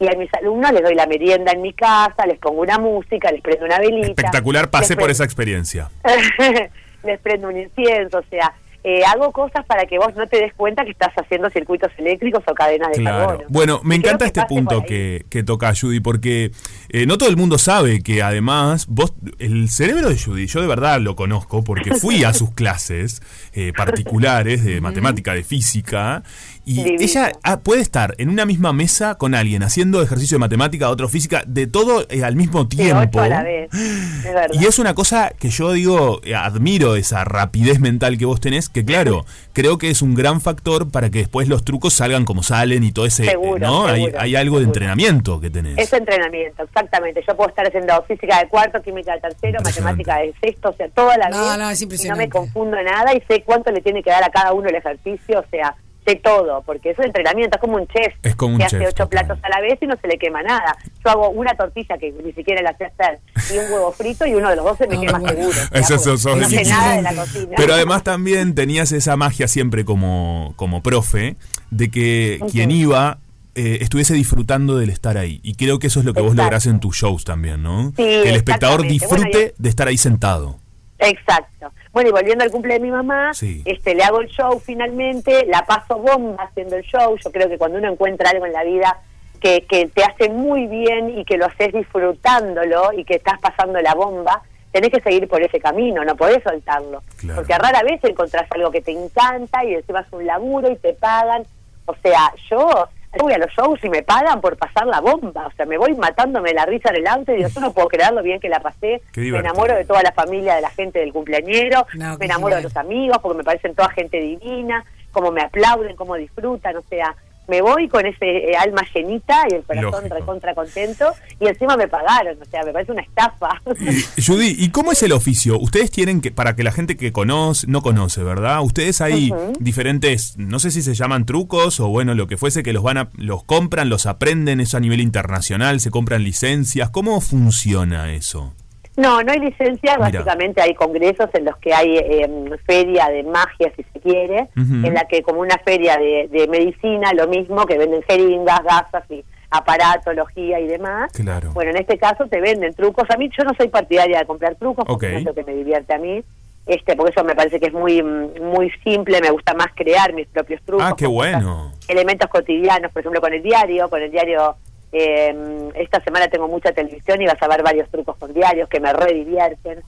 y a mis alumnos les doy la merienda en mi casa, les pongo una música, les prendo una velita. Espectacular, pasé les por prendo- esa experiencia. les prendo un incienso, o sea, eh, hago cosas para que vos no te des cuenta que estás haciendo circuitos eléctricos o cadenas de Claro. carbono. Bueno, me Y creo encanta que este pase punto por ahí. que, que toca Judy, porque eh, no todo el mundo sabe que además vos, el cerebro de Judy, yo de verdad lo conozco porque fui a sus clases eh, particulares de matemática, de física, y Divino. ella ah, puede estar en una misma mesa con alguien haciendo ejercicio de matemática, otro física, de todo eh, al mismo De ocho tiempo. a la vez. Es verdad. Y es una cosa que yo digo, eh, admiro esa rapidez mental que vos tenés, que claro, creo que es un gran factor para que después los trucos salgan como salen y todo ese, eh, Seguro, ¿no? Hay, seguro, hay algo de seguro. entrenamiento que tenés. Es entrenamiento, exactamente. Yo puedo estar haciendo física de cuarto, química de tercero, Impresionante. matemática de sexto, o sea, toda la No, vida. no, es no impresionante. me confundo nada y sé cuánto le tiene que dar a cada uno el ejercicio, o sea, sé todo, porque es un entrenamiento, es como un chef Es como un que chef, hace ocho total. platos a la vez y no se le quema nada. Yo hago una tortilla que ni siquiera la sé hacer y un huevo frito y uno de los dos se me No, quema bueno. seguro. o Eso, sea, eso, porque sos no sé difícil. nada de la cocina. Pero además también tenías esa magia siempre como, como profe de que Ujú. quien iba eh, estuviese disfrutando del estar ahí. Y creo que eso es lo que vos Exacto. lográs en tus shows también, ¿no? Sí, que el espectador exactamente. disfrute Bueno, de estar ahí sentado. Exacto. Bueno, y volviendo al cumple de mi mamá, Sí. este, le hago el show finalmente, la paso bomba haciendo el show. Yo creo que cuando uno encuentra algo en la vida que, que te hace muy bien y que lo haces disfrutándolo y que estás pasando la bomba, tenés que seguir por ese camino, no podés soltarlo. Claro. Porque rara vez encontrás algo que te encanta y encima es un laburo y te pagan. O sea, yo voy a los shows y me pagan por pasar la bomba. O sea, me voy matándome la risa en el auto y digo, yo no puedo creer lo bien que la pasé. Qué Me divertido. enamoro de toda la familia de la gente del cumpleañero, No, qué me enamoro de genial. los amigos porque me parecen toda gente divina, cómo me aplauden, cómo disfrutan, o sea, me voy con ese eh, alma llenita y el corazón Lógico. recontra contento y encima me pagaron, o sea, me parece una estafa. Y, Judy, ¿y cómo es el oficio? Ustedes tienen que, para que la gente que conoce, no conoce, ¿verdad? Ustedes hay Ujú. diferentes, no sé si se llaman trucos o bueno, lo que fuese, que los van a, los compran, los aprenden, eso a nivel internacional, se compran licencias. ¿Cómo funciona eso? No, no hay licencias, Mira. básicamente hay congresos en los que hay eh, feria de magia, si se quiere, Ujú. en la que como una feria de, de medicina, lo mismo, que venden jeringas, gasas y aparatología y demás. Claro. Bueno, en este caso te venden trucos. A mí yo no soy partidaria de comprar trucos porque Ok. no es lo que me divierte a mí. Este, porque eso me parece que es muy mm, muy simple, me gusta más crear mis propios trucos. Ah, qué con cosas- bueno. Elementos cotidianos, por ejemplo, con el diario, con el diario eh, esta semana tengo mucha televisión y vas a ver varios trucos con diarios que me re divierten.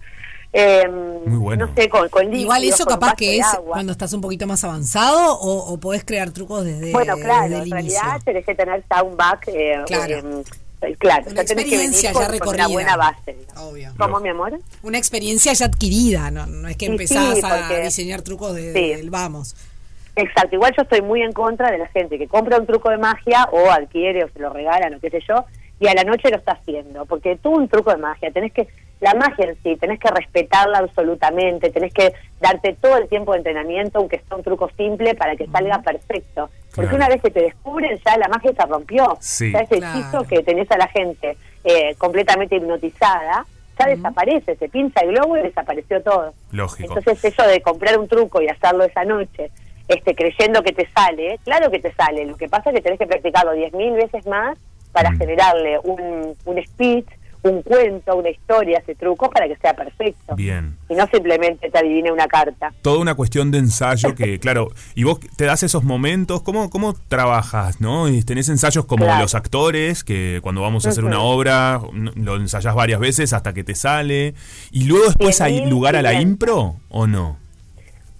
Eh, Muy bueno. No sé, con, con líquidos, Igual eso con un capaz vaso que de es agua. cuando estás un poquito más avanzado o, o podés crear trucos desde, Bueno, claro, desde en el realidad inicio. tenés que tener soundback. Eh, Claro. eh, claro, Una ya tenés que venir experiencia ya con, con recorrida. una buena base. digamos. Obvio. ¿Cómo, mi amor? Una experiencia ya adquirida, no, no es que Y sí, empezás a porque- diseñar trucos desde Sí. el vamos. Exacto, igual yo estoy muy en contra de la gente que compra un truco de magia o adquiere o se lo regalan o qué sé yo y a la noche lo está haciendo, porque tú un truco de magia tenés que la magia en sí, tenés que respetarla absolutamente, tenés que darte todo el tiempo de entrenamiento, aunque sea un truco simple, para que salga perfecto. Porque Claro. una vez que te descubren, ya la magia se rompió. Sí. Ya ese Claro. hechizo que tenés a la gente eh, completamente hipnotizada, ya desaparece, se pinza el globo y desapareció todo. Lógico. Entonces eso de comprar un truco y hacerlo esa noche, este, creyendo que te sale, claro que te sale, lo que pasa es que tenés que practicarlo 10.000 veces más para generarle un, un speech, un cuento, una historia, ese truco, para que sea perfecto. Bien. Y no simplemente te adivine una carta. Toda una cuestión de ensayo que, claro, y vos te das esos momentos, ¿cómo, cómo trabajas, no? Y tenés ensayos como Claro. los actores, que cuando vamos a hacer una obra, n- lo ensayás varias veces hasta que te sale, y luego después hay 100.000 lugar a la clientes. impro o no?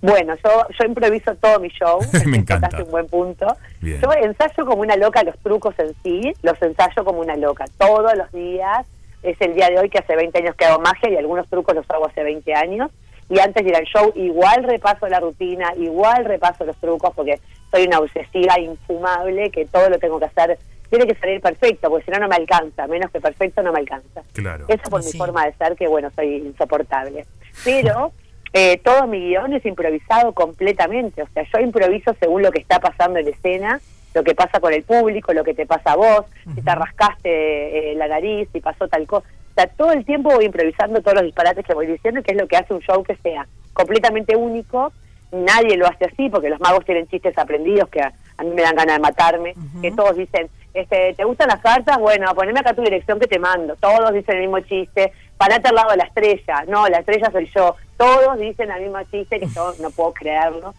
Bueno, yo, yo improviso todo mi show. Me encanta. Tocaste un buen punto. Bien. Yo ensayo como una loca los trucos en sí, los ensayo como una loca todos los días. Es el día de hoy que hace 20 años que hago magia y algunos trucos los hago hace 20 años. Y antes de ir al show, igual repaso la rutina, igual repaso los trucos, porque soy una obsesiva infumable que todo lo tengo que hacer. Tiene que salir perfecto, porque si no, no me alcanza. Menos que perfecto, no me alcanza. Claro. Eso por Sí. mi forma de ser, que bueno, soy insoportable. Pero eh, todo mi guión es improvisado completamente. O sea, yo improviso según lo que está pasando en escena lo que pasa con el público, lo que te pasa a vos, si te rascaste eh, la nariz, si pasó tal cosa. O sea, todo el tiempo voy improvisando todos los disparates que voy diciendo, que es lo que hace un show que sea completamente único. Nadie lo hace así, porque los magos tienen chistes aprendidos que a, a mí me dan ganas de matarme. Que todos dicen, este, ¿te gustan las cartas? Bueno, poneme acá tu dirección que te mando. Todos dicen el mismo chiste. Parate al lado de la estrella. No, la estrella soy yo. Todos dicen el mismo chiste que yo no puedo creerlo.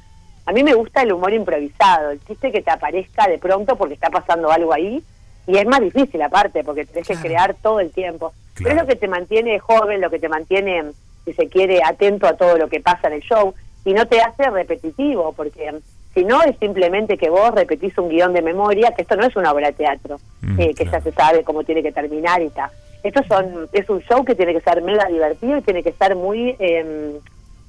A mí me gusta el humor improvisado, el chiste que te aparezca de pronto porque está pasando algo ahí. Y es más difícil aparte, porque tenés que crear todo el tiempo. Pero es Claro. lo que te mantiene joven, lo que te mantiene, si se quiere, atento a todo lo que pasa en el show. Y no te hace repetitivo, porque um, si no es simplemente que vos repetís un guión de memoria, que esto no es una obra de teatro, Mm, eh, que claro. ya se sabe cómo tiene que terminar y tal. Esto son, es un show que tiene que ser mega divertido y tiene que estar muy... em,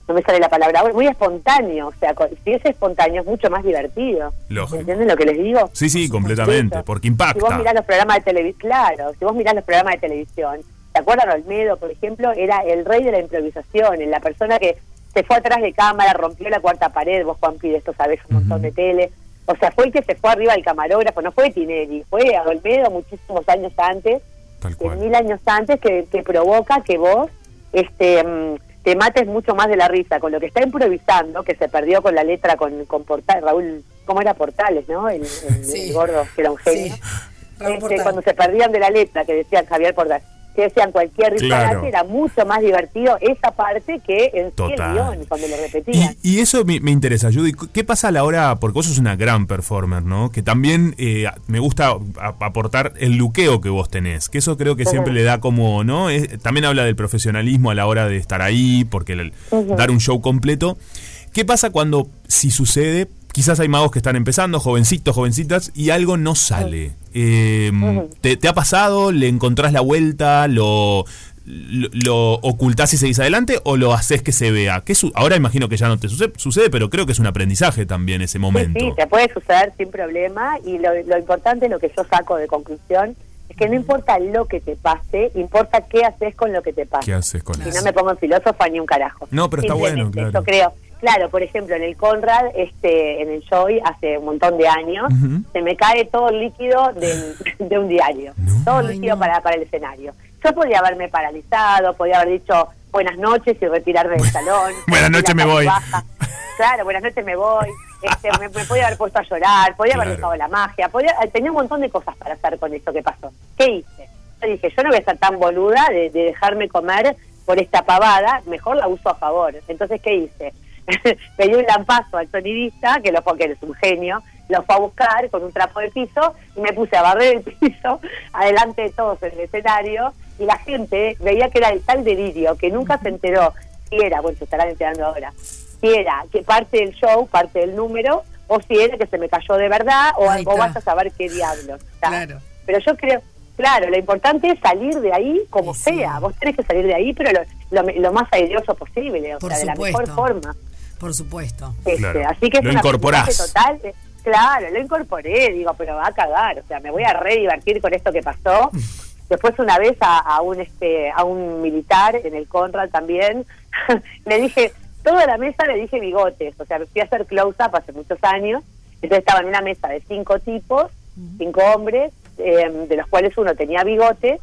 no me sale la palabra, ahora, muy espontáneo, o sea, co- si es espontáneo es mucho más divertido. Lógico. ¿Entienden lo que les digo? Sí, sí, completamente, Eso. porque Si vos mirás impacta. los programas de televisión, claro, si vos mirás los programas de televisión, ¿te acuerdan Olmedo, por ejemplo? Era el rey de la improvisación, la persona que se fue atrás de cámara, rompió la cuarta pared, vos Juan de esto sabés un montón de tele. O sea, fue el que se fue arriba del camarógrafo, no fue Tinelli, fue a Olmedo muchísimos años antes Tal cien cual. mil años antes que, que provoca que vos este mm, te mates mucho más de la risa con lo que está improvisando que se perdió con la letra con, con Portales Raúl cómo era Portales no el, el- Sí. el gordo que era un genio Sí. Raúl Este, Portal. cuando se perdían de la letra que decían Javier Portales que decían cualquier disparate Claro. era mucho más divertido esa parte que en sí Total. el guión cuando lo Y, repetían y eso me, me interesa, Judy. ¿Qué pasa a la hora? Porque vos sos una gran performer, ¿no? Que también eh, me gusta a- aportar el luqueo que vos tenés, que eso creo que siempre le da como, ¿no? Es- también habla del profesionalismo a la hora de estar ahí, porque el- dar un show completo. ¿Qué pasa cuando, si sucede, quizás hay magos que están empezando, jovencitos, jovencitas, y algo no sale? Eh, ¿te, te ha pasado? ¿Le encontrás la vuelta? ¿Lo, lo, lo ocultás y seguís adelante? ¿O lo haces que se vea? Que su- ahora imagino que ya no te sucede, sucede, pero creo que es un aprendizaje también ese momento. Sí, sí, te puede suceder sin problema y lo, lo importante, lo que yo saco de conclusión, es que no importa lo que te pase, importa qué haces con lo que te pasa. ¿Qué haces con Si eso? no me pongo en filósofa ni un carajo. No, pero está bueno, Simplemente, claro. Yo creo. Claro, por ejemplo, en el Conrad, este, en el Joy, hace un montón de años, Ujú. se me cae todo el líquido del- de un diario. Todo el líquido para, para el escenario. Yo podía haberme paralizado, podía haber dicho buenas noches y retirarme del salón. buenas noches, me voy. Baja. Claro, buenas noches, me voy. Este, me, me podía haber puesto a llorar, podía Claro. haber dejado la magia, podía, eh, tenía un montón de cosas para hacer con esto que pasó. ¿Qué hice? Yo dije, yo no voy a ser tan boluda de, de dejarme comer por esta pavada, mejor la uso a favor. Entonces, ¿qué hice? Pedí un lampazo al sonidista, que lo fue, que es un genio, lo fue a buscar con un trapo de piso y me puse a barrer el piso adelante de todos en el escenario y la gente veía que era el tal delirio que nunca se enteró si era, bueno, se estarán enterando ahora, si era que parte del show, parte del número, o si era que se me cayó de verdad, o, Ahí o está. vas a saber qué diablos. está. Claro. Pero yo creo, claro, lo importante es salir de ahí como Y sí. sea. Vos tenés que salir de ahí, pero lo, lo- lo más aireoso posible, o Por sea, de la supuesto. mejor forma. Por supuesto. Este, Claro. Así que es Lo un incorporás. aprendizaje total. eh, Claro, lo incorporé, digo, pero va a cagar, o sea, me voy a re divertir con esto que pasó. Después una vez a, a un este a un militar en el Conrad también le dije toda la mesa le dije bigotes, o sea, fui a hacer close up hace muchos años, entonces estaba en una mesa de cinco tipos, cinco hombres, eh, de los cuales uno tenía bigotes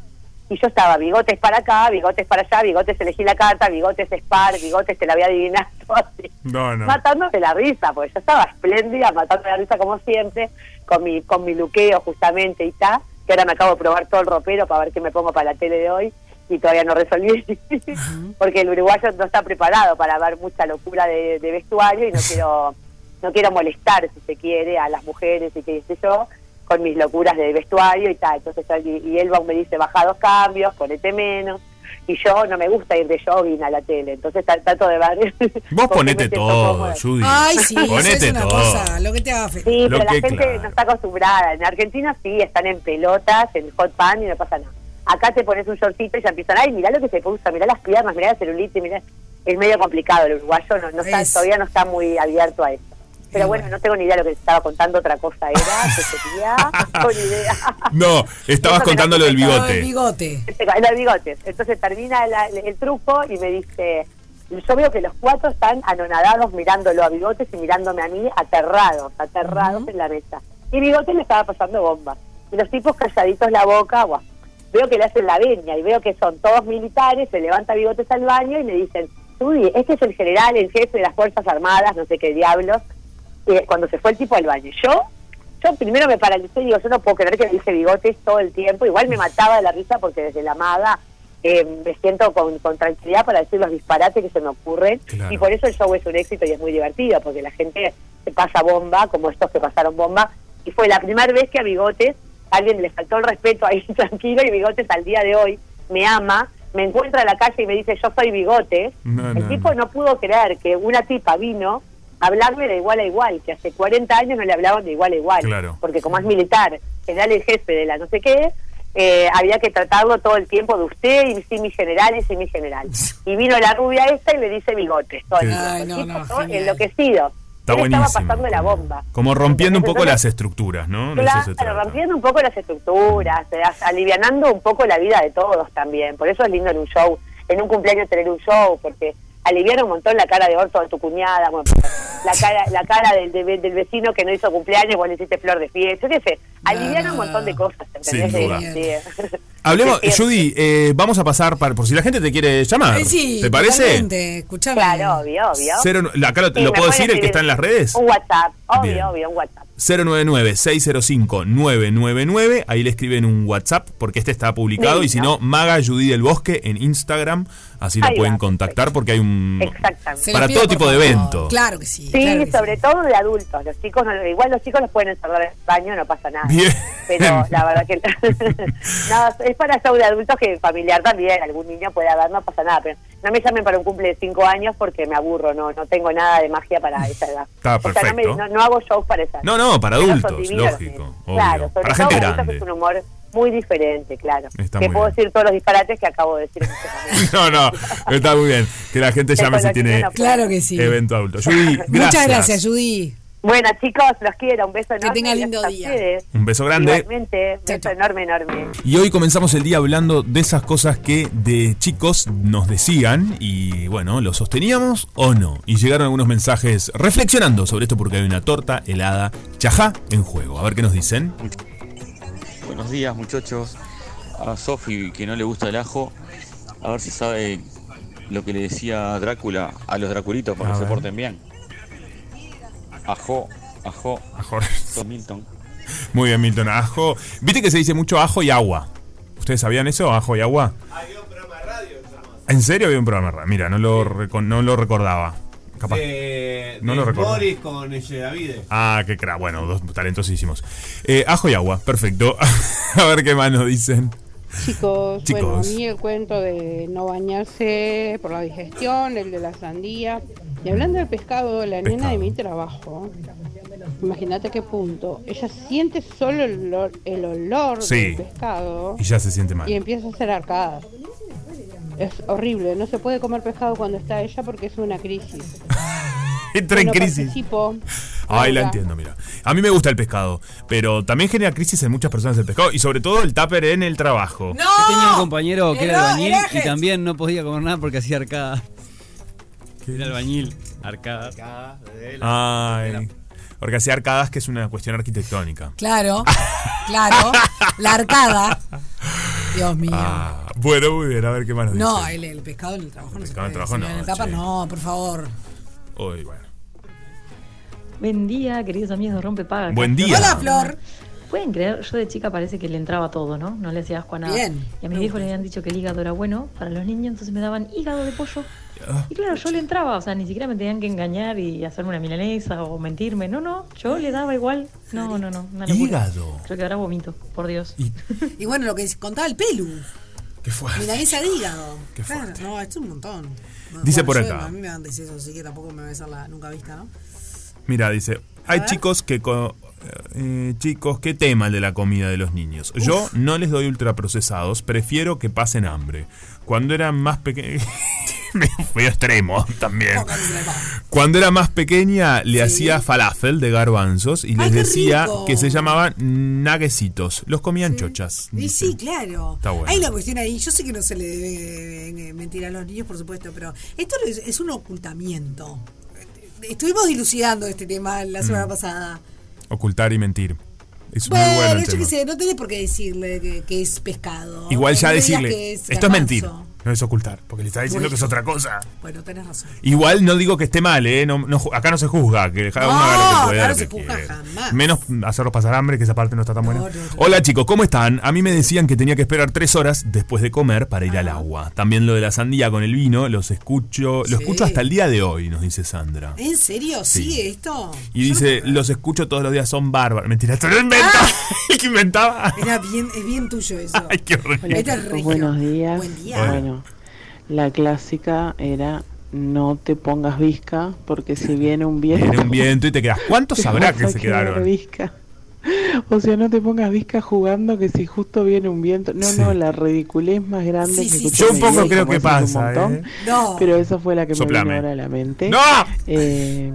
y yo estaba bigotes para acá, bigotes para allá, bigotes elegí la carta, bigotes spar, bigotes te la voy a adivinar, todo así No, no. matándome la risa, porque yo estaba espléndida, matándome la risa como siempre, con mi, con mi luqueo justamente y tal, que ahora me acabo de probar todo el ropero para ver qué me pongo para la tele de hoy y todavía no resolví, porque el uruguayo no está preparado para ver mucha locura de, de vestuario y no quiero, no quiero molestar, si se quiere, a las mujeres y qué sé yo, con mis locuras de vestuario y tal. Entonces, y, y Elba me dice, baja dos cambios, ponete menos. Y yo no me gusta ir de jogging a la tele, entonces tra- trato de ver. Vos porque me ponete siento todo, cómoda. Judy. Ay, sí, eso ponete es una todo. cosa, lo que te haga feliz. Sí, Lo pero la que- gente claro. no está acostumbrada. En Argentina sí, están en pelotas, en hot pan y no pasa nada. Acá te pones un shortito y ya empiezan, ay, mirá lo que se puso, mirá las piernas, mirá la celulitis, mirá... Es medio complicado, el uruguayo no, no está, Es. todavía no está muy abierto a eso. Pero bueno, no tengo ni idea de lo que estaba contando, otra cosa era, que sería, no tengo ni idea. No, estabas Eso que contando lo no del te Todo el bigote. bigote. Los bigotes. Entonces termina la- el truco y me dice, yo veo que los cuatro están anonadados mirándolo a bigotes y mirándome a mí, aterrados, aterrados en la mesa. Y Bigote le estaba pasando bomba. Y los tipos calladitos la boca, guau. Veo que le hacen la veña y veo que son todos militares, se levanta Bigotes al baño y me dicen, uy, este es el general, el jefe de las Fuerzas Armadas, no sé qué diablos. Eh, cuando se fue el tipo al baño, yo, yo primero me paralicé y digo, yo no puedo creer que le dije Bigotes todo el tiempo. Igual me mataba de la risa porque desde la amada eh, me siento con, con tranquilidad para decir los disparates que se me ocurren. Claro. Y por eso el show es un éxito y es muy divertido, porque la gente se pasa bomba, como estos que pasaron bomba. Y fue la primera vez que a Bigotes, alguien le faltó el respeto ahí tranquilo, y Bigotes al día de hoy me ama, me encuentra en la calle y me dice, yo soy Bigotes. No, el no, tipo no. pues no pudo creer que una tipa vino a hablarme de igual a igual, que hace 40 años no le hablaban de igual a igual. Claro. Porque como es militar, general el jefe de la no sé qué, eh, había que tratarlo todo el tiempo de usted y sí mis generales y mi general. Y vino la rubia esta y le dice bigotes. todo el Sí. tiempo. Ay, no, El tipo no, todo genial. enloquecido. Está Él buenísimo. Estaba pasando la bomba. Como rompiendo un poco las Entonces, estructuras, ¿no? De eso se Claro, trata. rompiendo un poco las estructuras, eh, as- alivianando un poco la vida de todos también. Por eso es lindo en un show, en un cumpleaños tener un show, porque aliviar un montón la cara de orto de tu cuñada, bueno, la cara la cara del, de- del vecino que no hizo cumpleaños, vos le hiciste flor de fiesta, yo qué sé, aliviar un montón de eh, cosas, ¿entendés? Sin duda. Sí. Hablemos, Sí, sí. Judy, eh, vamos a pasar para, por si la gente te quiere llamar. Eh, sí, Ah, ¿Te parece? totalmente, Escuchame. Claro, obvio, obvio. Cero no- acá lo, Sí, lo me puedo pueden decir el que escribir está en las redes. Un WhatsApp, obvio, Bien. obvio, un WhatsApp. 099-605-999. Ahí le escriben un WhatsApp porque este está publicado. Divino. Y si no, Maga Judy del Bosque en Instagram. Así la Ahí pueden va, contactar porque hay un. Exactamente. Se Para les pido, todo por tipo de favor. evento. Claro que sí. Sí, claro que sobre todo de adultos. Los chicos, no, igual los chicos los pueden encerrar en el baño, no pasa nada. Bien. Pero la verdad que no, es para show de adultos que familiar también, algún niño puede haber, no pasa nada. Pero no me llamen para un cumple de cinco años porque me aburro, no, no tengo nada de magia para esa edad. Está o sea, no, me- perfecto. no, no hago shows para esa edad. No, no, para Pero son adultos, divinos, lógico, sí. obvio. Claro, sobre Para todo gente adultos grande. es un humor muy diferente, claro. Está que muy puedo bien. decir todos los disparates que acabo de decir en este momento. No, no, está muy bien. Que la gente llame Eso si lo tiene tienen, sí. Claro que sí. evento adulto. Judy, gracias. Muchas gracias, Judy. Bueno, chicos, los quiero. Un beso enorme. tengan lindo Gracias a día. ustedes. Un beso grande. Igualmente, Chao, beso chao. enorme, enorme. Y hoy comenzamos el día hablando de esas cosas que de chicos nos decían y bueno, ¿lo sosteníamos o no? Y llegaron algunos mensajes reflexionando sobre esto porque hay una torta helada chajá en juego. A ver qué nos dicen. Buenos días muchachos. A Sofi que no le gusta el ajo, a ver si sabe lo que le decía Drácula a los Draculitos para A que se ver. porten bien. Ajo, ajo, Tom Milton. Muy bien, Milton, ajo. Viste que se dice mucho ajo y agua. ¿Ustedes sabían eso? Ajo y agua. ¿En serio había un programa de radio? Mira, no lo, reco- no lo recordaba. Capaz. No lo recuerdo. Boris con Yedavide. Ah, qué cra. Bueno, dos talentosísimos. Eh, ajo y agua, perfecto. A ver qué más nos dicen. Chicos, bueno, a Chicos. mí el cuento de no bañarse por la digestión, el de la sandía. Y hablando del pescado, la nena Pescado. de mi trabajo, imagínate a qué punto, ella siente solo el olor, el olor del Sí. pescado Y ya se siente mal. y empieza a hacer arcadas. Es horrible, no se puede comer pescado cuando está ella porque es una crisis. Entra en Bueno, crisis. participo. Ay, la Venga. entiendo, mira. A mí me gusta el pescado, pero también genera crisis en muchas personas el pescado y sobre todo el tupper en el trabajo. ¡No! Yo tenía un compañero que ¡No, era albañil y herejes! también no podía comer nada porque hacía arcada. Era albañil, arcada. Ay. Porque hacía arcadas que es una cuestión arquitectónica. Claro, claro. La arcada. Dios mío. Ah, bueno, muy bien, a ver qué más nos no, dicen. el, el pescado en el trabajo no se pescado en el puede. trabajo señora, no, En el tapa che. no, por favor. Uy, bueno. Buen día, queridos amigos de Rompe Paga. Buen día. Hola, Flor. Pueden creer, yo de chica parece que le entraba todo, ¿no? No le hacía asco a nada. Bien. Y a mis viejos le habían dicho que el hígado era bueno para los niños, entonces me daban hígado de pollo. Y claro, yo le entraba, o sea, ni siquiera me tenían que engañar y hacerme una milanesa o mentirme. No, no, yo le daba igual. No, no, no. Una locura. Hígado. Creo que ahora vomito, por Dios. Y- Y bueno, lo que contaba el Pelu. Qué fuerte. Milanesa de hígado. Qué Claro, fuerte. no, esto es un montón. No, Dice bueno, por yo- acá. A mí me van a decir eso, así que tampoco me va a besar la nunca vista, ¿no? Mira, dice, hay ver. chicos que... co- eh, chicos, qué tema el de la comida de los niños. Yo no les doy ultraprocesados, prefiero que pasen hambre. Cuando eran más pequeños... Fui extremo también. Cuando era más pequeña le hacía falafel de garbanzos y les Ay, qué decía rico. que se llamaban naguecitos. Los comían chochas. Y dice. sí, claro. Está bueno. Hay una cuestión ahí. Yo sé que no se le debe eh, mentir a los niños, por supuesto, pero esto es, es un ocultamiento. Estuvimos dilucidando este tema la semana pasada. Ocultar y mentir. Es Mm. muy bueno Bueno, el yo qué tema. sé, no tenés por qué decirle que, que es pescado. Igual ya No digas decirle, que esto es garbanzo". mentir, no es ocultar, porque le está diciendo que es otra cosa. Bueno, tenés razón. Igual no digo que esté mal, ¿eh? No, no ju- acá no se juzga, que cada uno No, haga lo que pueda. acá no lo se que juzga quiera. jamás. Menos hacerlos pasar hambre, que esa parte no está tan buena. No, no, no. Hola chicos, ¿cómo están? A mí me decían que tenía que esperar tres horas después de comer para ir al Ah. agua. También lo de la sandía con el vino, los escucho, lo Sí. escucho hasta el día de hoy, nos dice Sandra. ¿En serio? Sí. ¿Sigue esto? Y dice, los escucho todos los días, son bárbaros. Mentira, esto lo invento. que inventaba. Era bien, es bien tuyo Ah. eso. Ay, qué horrible. Este es regio. buenos días. Buen día. Bueno, la clásica era no te pongas visca porque si viene un viento. Viene un viento y te quedas. ¿Cuántos te habrá vas que a se quedar quedaron? visca. O sea, no te pongas visca jugando que si justo viene un viento. No, no, la ridiculez más grande Sí, que sí, escuché sí. Yo un en mi poco vida y creo que como hace un pasa, montón, ¿eh? No. Pero esa fue la que Soplame. me vino ahora a la mente. ¡No! Eh,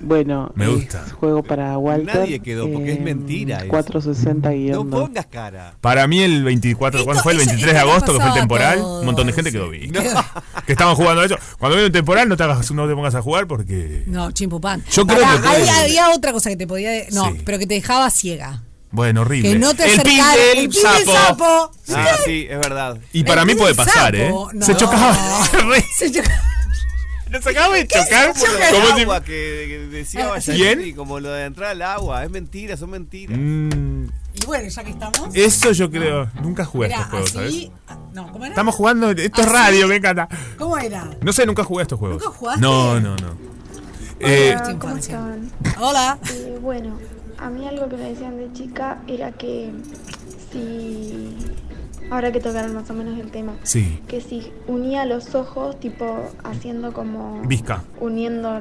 bueno, Me es gusta. juego para Walter. Nadie quedó, porque es mentira eso. 460 No pongas cara. Para mí el 24, ¿cuándo Esto- fue? El eso- 23 de esto nos agosto, que fue el pasó a temporal. todos. Un montón de gente quedó bien. Que estaban jugando a eso. Cuando viene un temporal no te, hagas- no te pongas a jugar porque... No, chimpupán. Yo creo Pará, que hay- puede- había otra cosa que te podía. de- No, Sí. pero que te dejaba ciega. Bueno, horrible. Que no te el pin acercara- del el pin del sapo. sapo. Ah, sí, es verdad. Y para mí puede pasar, ¿eh? sapo. Se No. chocaba. Se chocaba. Nos acaba de chocar. Como el Como si- agua que, que decía Bayanetti, ¿Quién? como lo de entrar al agua, es mentira, son mentiras. Mm, Y bueno, ya que estamos. eso yo creo. Nunca jugué a Era estos juegos, ¿sabes? así. Ah, No, ¿cómo era? Estamos jugando. Esto es Así. radio, me encanta. ¿Cómo era? No sé, nunca jugué a estos juegos. ¿Nunca jugaste? No, no, no. Eh, Hola, ¿cómo están? Hola. Eh, bueno, a mí algo que me decían de chica era que si. Ahora que tocaron más o menos el tema. Sí. Que si unía los ojos, tipo haciendo como. Vizca. Uniendo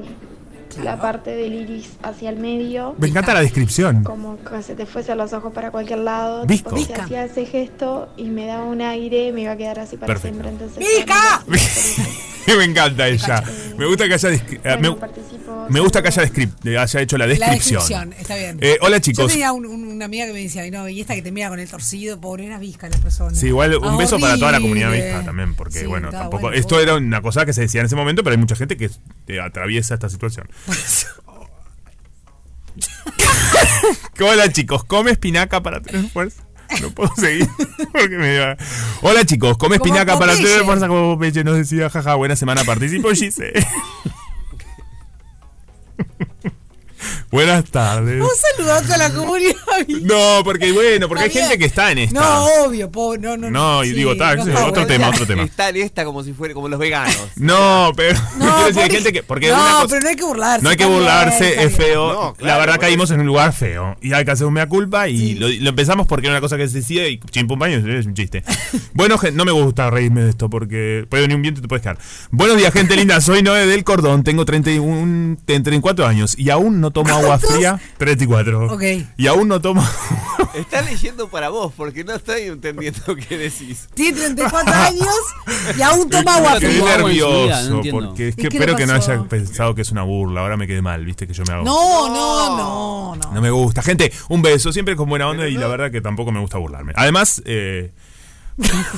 la parte del iris hacia el medio. Me encanta la descripción. Como que se te fuese los ojos para cualquier lado. Visco. Tipo, si Visca. hacía ese gesto y me daba un aire, me iba a quedar así para Perfecto. siempre. Entonces. me encanta ella. Me gusta que haya descri- eh, me, me gusta que haya, descri- eh, haya hecho la descripción. La descripción, está bien. Eh, hola, chicos. Yo tenía un- un- una amiga que me decía, "Ay, no, y esta que te mira con el torcido, pobre, era visca la persona. Sí, igual un Ah, beso para toda la comunidad horrible. mixta también, porque Sí, bueno, está tampoco bueno, esto era una cosa que se decía en ese momento, pero hay mucha gente que eh, atraviesa esta situación. Hola chicos, come espinaca para tener fuerza. No puedo seguir porque me da- Hola chicos, come Como espinaca para Popeye. tener fuerza como Popeye nos decía, jaja, buena semana, participo Gise. Buenas tardes. Un saludo a toda la comunidad. mixta. No, porque bueno, porque hay Está bien. gente que está en esta. No, obvio, pobre, no, no. No, y digo, tal, no sí, está otro Ah, bueno. tema, otro tema. Está esta como si fuera como los veganos. No, pero quiero decir, hay gente que porque no, una cosa- pero no hay que burlarse. no hay que está bien, burlarse, está es bien. feo. la verdad caímos en un lugar feo. Y hay que hacer un mea culpa y lo, lo empezamos porque era una cosa que se decía y chimpumbaño es un chiste. bueno, gen- no me gusta reírme de esto porque puede venir un viento y te puedes quedar. Buenos días, gente linda. Soy Noé del Cordón, tengo 31, ten- 34 años y aún no tomo agua fría. 34. Ok. Y aún no tomo... Está leyendo para vos, porque no estoy entendiendo qué decís. Tiene 34 años y aún toma agua Quedé fría. nervioso entiendo. porque es ¿Y que qué le espero que no pasó? haya pensado que es una burla. Ahora me quedé mal, viste que yo me hago... No, no, no, no. No me gusta. Gente, un beso, siempre con buena onda y la verdad que tampoco me gusta burlarme. Además, eh,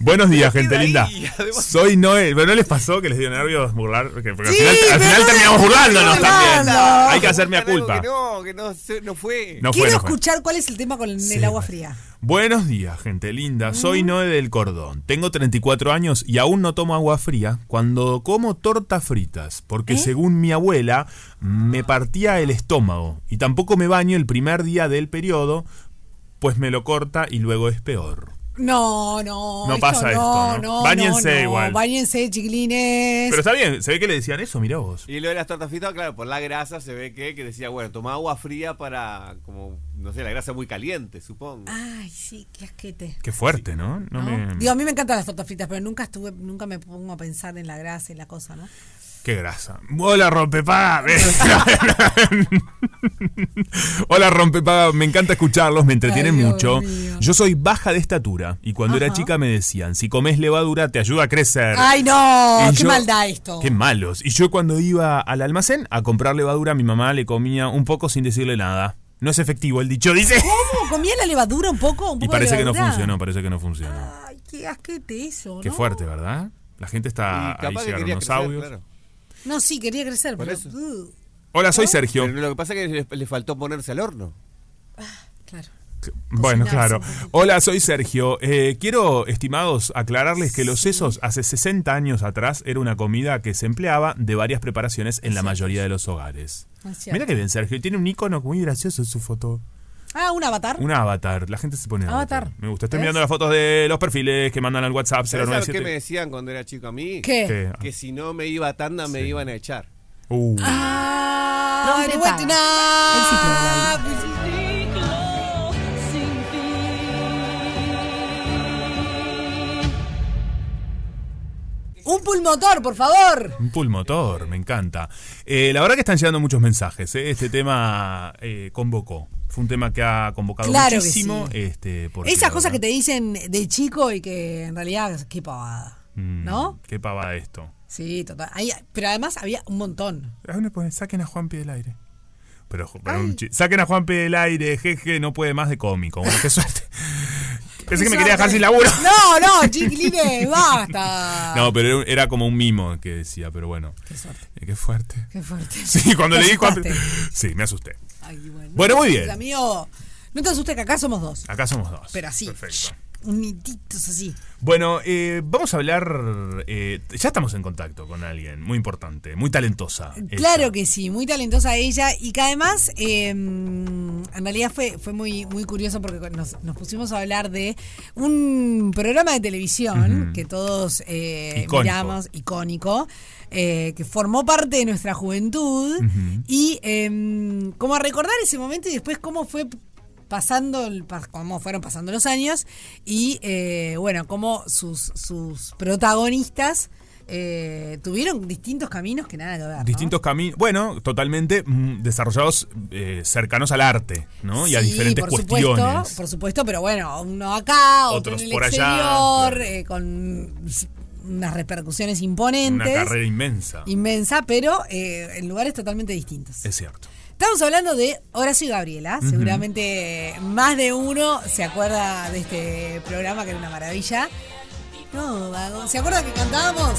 buenos días, gente linda. Soy Noel, pero no les pasó que les dio nervios burlar, Porque- porque Sí, al final, al pero final no terminamos me- burlándonos no me también. burlando. Hay que hacerme a culpa. No, que no, se- no fue. No fue, Quiero no fue. escuchar cuál es el tema con el agua fría. Buenos días, gente linda. Soy Noé del Cordón. Tengo 34 años y aún no tomo agua fría cuando como tortas fritas, porque según mi abuela me partía el estómago y tampoco me baño el primer día del periodo, pues me lo corta y luego es peor. No, no. No pasa esto, No, ¿no? no. Báñense no, no. igual. Báñense, chiquilines. Pero está bien, se ve que le decían eso, mirá vos. Y lo de las tortas fritas, claro, por la grasa se ve que, que decía, bueno, toma agua fría para, como, no sé, la grasa muy caliente, supongo. Ay, sí, qué asquete. Qué fuerte, ¿no? No me- Digo, a mí me encantan las tortas fritas, pero nunca estuve, nunca me pongo a pensar en la grasa y la cosa, ¿no? Qué grasa. Hola, rompepaga. Hola, rompepaga. Me encanta escucharlos, me entretienen Ay, Dios mucho. mío. Yo soy baja de estatura y cuando era Ajá. chica me decían, si comes levadura te ayuda a crecer. Ay, no, Y qué yo- maldad esto. Qué malos. Y yo cuando iba al almacén a comprar levadura, mi mamá le comía un poco sin decirle nada. No es efectivo el dicho, dice. ¿Cómo? ¿Comía la levadura un poco? Un Y poco parece de que no levadura? funcionó, parece que no funcionó. Ay, qué asquete eso, Qué Ah, ¿no? fuerte, ¿verdad? La gente está... Y capaz Ah, Ahí que llegaron quería los crecer, audios. claro. No, sí, quería crecer, Por pero. eso. uh. Hola, soy Sergio. Pero lo que pasa es que le, le faltó ponerse al horno. Claro. Bueno, Cocinar, claro. Hola, soy Sergio. Eh, quiero, estimados, aclararles que los sesos hace 60 años atrás era una comida que se empleaba de varias preparaciones en la mayoría de los hogares. Es cierto. Mira que bien, Sergio. y Tiene un icono muy gracioso en su foto. Ah, un avatar. Un avatar. La gente se pone avatar. Avatar. Me gusta. Estoy ¿Ves? mirando las fotos de los perfiles que mandan al WhatsApp ¿Sabes a lo que me 097. decían cuando era chico a mí? ¿Qué? ¿Qué? Que si no me iba a tanda me iban a echar. Uh. Ah, Rompe no, paga. bueno, no. El ciclo del alma. Ah, pues Un pulmotor, por favor. Un pulmotor, me encanta. Eh, la verdad que están llegando muchos mensajes. ¿eh? Este tema eh, convocó. Fue un tema que ha convocado Claro que muchísimo. sí. este, porque, Esas cosas ¿verdad? que te dicen de chico y que en realidad, qué pavada. Mm, ¿No? Qué pava esto. Sí, total. Ahí- pero además había un montón. saquen a Juanpi del aire. Pero, pero un chi- saquen a Juanpe del aire, jeje, no puede más de cómico. Bueno, qué suerte. Pensé que me quería dejar sin laburo. No, no, chiquilines, basta. No, pero era- era como un mimo que decía, pero bueno. Qué Ah. suerte. qué fuerte. Qué fuerte. Sí, cuando Te le di Juan asustaste. Sí, me asusté. Ay, bueno. Bueno, muy bien. Amigo, no te asustes que acá somos dos. Acá somos dos. Pero así. Perfecto. Unititos así. Bueno, eh, vamos a hablar. eh, ya estamos en contacto con alguien muy importante, muy talentosa. Claro que sí, muy talentosa ella y que además eh, en realidad fue, fue muy, muy curioso porque nos, nos pusimos a hablar de un programa de televisión Ujú. que todos eh, Icónico. miramos, icónico, eh, que formó parte de nuestra juventud Ujú. y eh, como a recordar ese momento y después cómo fue pasando el- pas- cómo fueron pasando los años y eh, bueno cómo sus sus protagonistas eh, tuvieron distintos caminos que nada que ver ¿no? Distintos caminos, bueno, totalmente mm, desarrollados eh, cercanos al arte, ¿no? y a Sí, diferentes por cuestiones. Supuesto, por supuesto, pero bueno, uno acá, otro Otros en el por allá, exterior, eh, con s- unas repercusiones imponentes. Una carrera inmensa. Inmensa, pero eh, en lugares totalmente distintos. Es cierto. Estamos hablando de Horacio y Gabriela. Ujú. Seguramente más de uno se acuerda de este programa que era una maravilla. No, vago. ¿Se acuerda que cantábamos?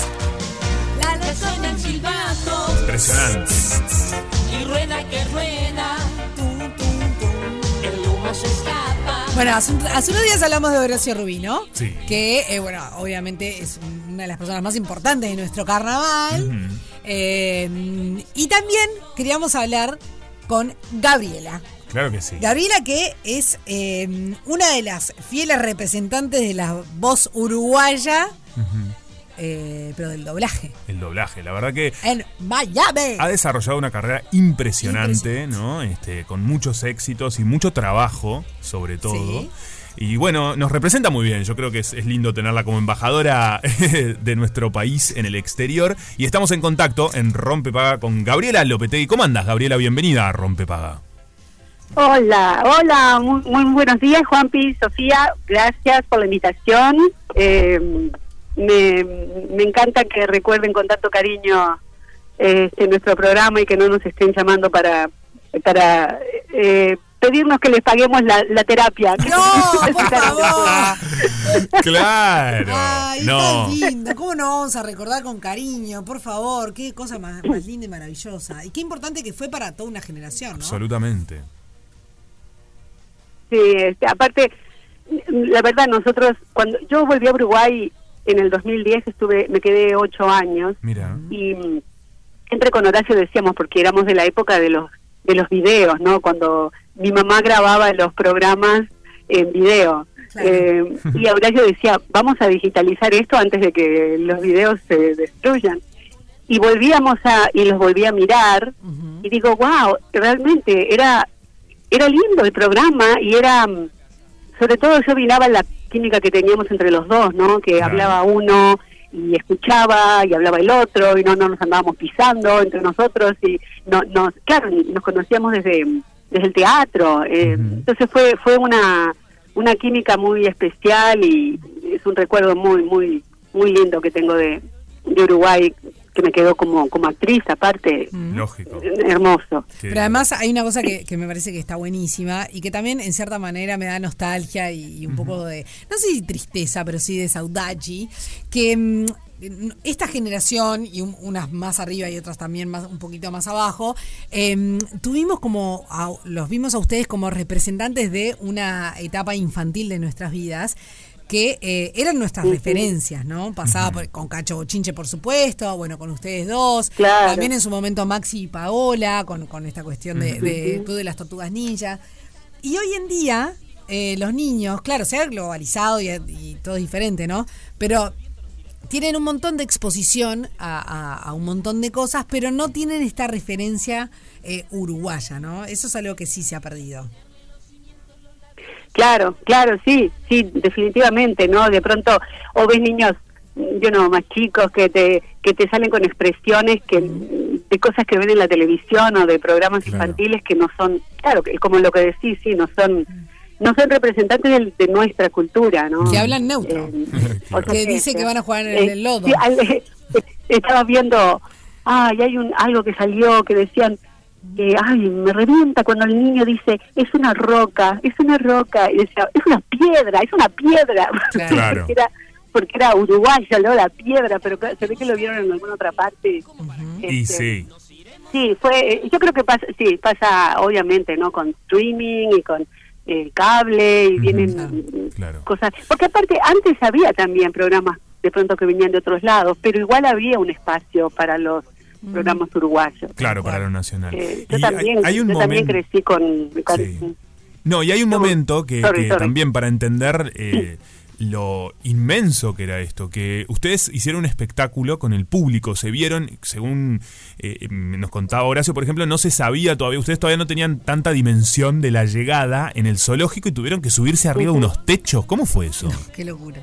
La lechona en silbato. Impresionante. Y rueda que rueda. Tum, tum, tum. El humo se escapa. Bueno, hace, un- hace unos días hablamos de Horacio Rubí, ¿no? Sí. Que, eh, bueno, obviamente es una de las personas más importantes de nuestro carnaval. Mm, Eh, y también queríamos hablar con Gabriela. Claro que sí. Gabriela que es eh, una de las fieles representantes de la voz uruguaya, Ujú. eh, pero del doblaje. El doblaje, la verdad que En Miami. ha desarrollado una carrera impresionante, ¿no? Este, con muchos éxitos y mucho trabajo, sobre todo. Sí. Y bueno, nos representa muy bien. Yo creo que es, es lindo tenerla como embajadora de nuestro país en el exterior. Y estamos en contacto en Rompepaga con Gabriela Lopetegui. ¿Cómo andas, Gabriela? Bienvenida a Rompepaga. Hola, hola, muy, muy buenos días, Juanpi, Sofía, gracias por la invitación. Eh, me, me encanta que recuerden con tanto cariño eh, este, nuestro programa y que no nos estén llamando para, para eh, pedirnos que les paguemos la, la terapia. ¡No, por favor! Claro. Ay, no. tan lindo. ¿Cómo no vamos a recordar con cariño? Por favor, qué cosa más, más linda y maravillosa. Y qué importante que fue para toda una generación, ¿no? Absolutamente. Sí, este, aparte, la verdad, nosotros, cuando yo volví a Uruguay en el 2010, estuve, me quedé ocho años. Mira. y mm, siempre con Horacio decíamos porque éramos de la época de los de los videos no cuando mi mamá grababa los programas en video Eh, y Horacio decía vamos a digitalizar esto antes de que los videos se destruyan y volvíamos a y los volví a mirar y digo wow realmente era era lindo el programa y era mm, sobre todo yo miraba la química que teníamos entre los dos no que hablaba uno y escuchaba y hablaba el otro y no, no nos andábamos pisando entre nosotros y no nos claro y nos conocíamos desde desde el teatro eh, entonces fue fue una una química muy especial y es un recuerdo muy muy muy lindo que tengo de, de Uruguay que me quedó como como actriz aparte Lógico. hermoso Pero además hay una cosa que, que me parece que está buenísima y que también en cierta manera me da nostalgia y, y un poco de, no sé si tristeza, pero sí de saudade, que mm, eh, esta generación, y un- unas más arriba y otras también más, un poquito más abajo, eh, tuvimos como, a- los vimos a ustedes como representantes de una etapa infantil de nuestras vidas que eh, eran nuestras Ujú. referencias, ¿no? Pasaba por- con Cacho Bochinche, por supuesto, bueno, con ustedes dos, Claro. también en su momento Maxi y Paola, con, con esta cuestión de, de Club de las Tortugas Ninja. Y hoy en día, eh, los niños, claro, se ha globalizado y, y todo es diferente, ¿no? Pero tienen un montón de exposición a, a- a un montón de cosas, pero no tienen esta referencia eh, uruguaya, ¿no? Eso es algo que sí se ha perdido. Claro, claro, sí, sí, definitivamente, ¿no? De pronto, o ves niños, yo no, más chicos, que te, que te salen con expresiones que mm, de cosas que ven en la televisión o de programas infantiles que no son, claro, que- como lo que decís, sí, no son, no son representantes del- de, nuestra cultura, ¿no? Que hablan neutro. Eh. Eh, O sea que dice que van a jugar en eh, el lodo. sí, al- estaba viendo, ay, hay un, algo que salió que decían, que, ay, me revienta cuando el niño dice, es una roca, es una roca, y decía, es una piedra, es una piedra, Claro. porque, era, porque era uruguayo, ¿no? La piedra, pero claro, se ve que lo vieron en alguna otra parte. Este, Y este, sí. Sí, fue, eh, yo creo que pasa, sí, pasa obviamente, ¿no? Con streaming y con eh, cable y vienen mm, cosas. Porque aparte, antes había también programas de pronto que venían de otros lados, pero igual había un espacio para los programas uruguayos. Claro, para lo nacional. Eh, Y yo hay- también, hay un yo también momento- crecí con... con- No, y hay un momento que, sorry, que sorry. también para entender eh, lo inmenso que era esto, que ustedes hicieron un espectáculo con el público, se vieron, según eh, nos contaba Horacio, por ejemplo, no se sabía todavía, ustedes todavía no tenían tanta dimensión de la llegada en el zoológico y tuvieron que subirse arriba de unos techos. ¿Cómo fue eso? Qué locura.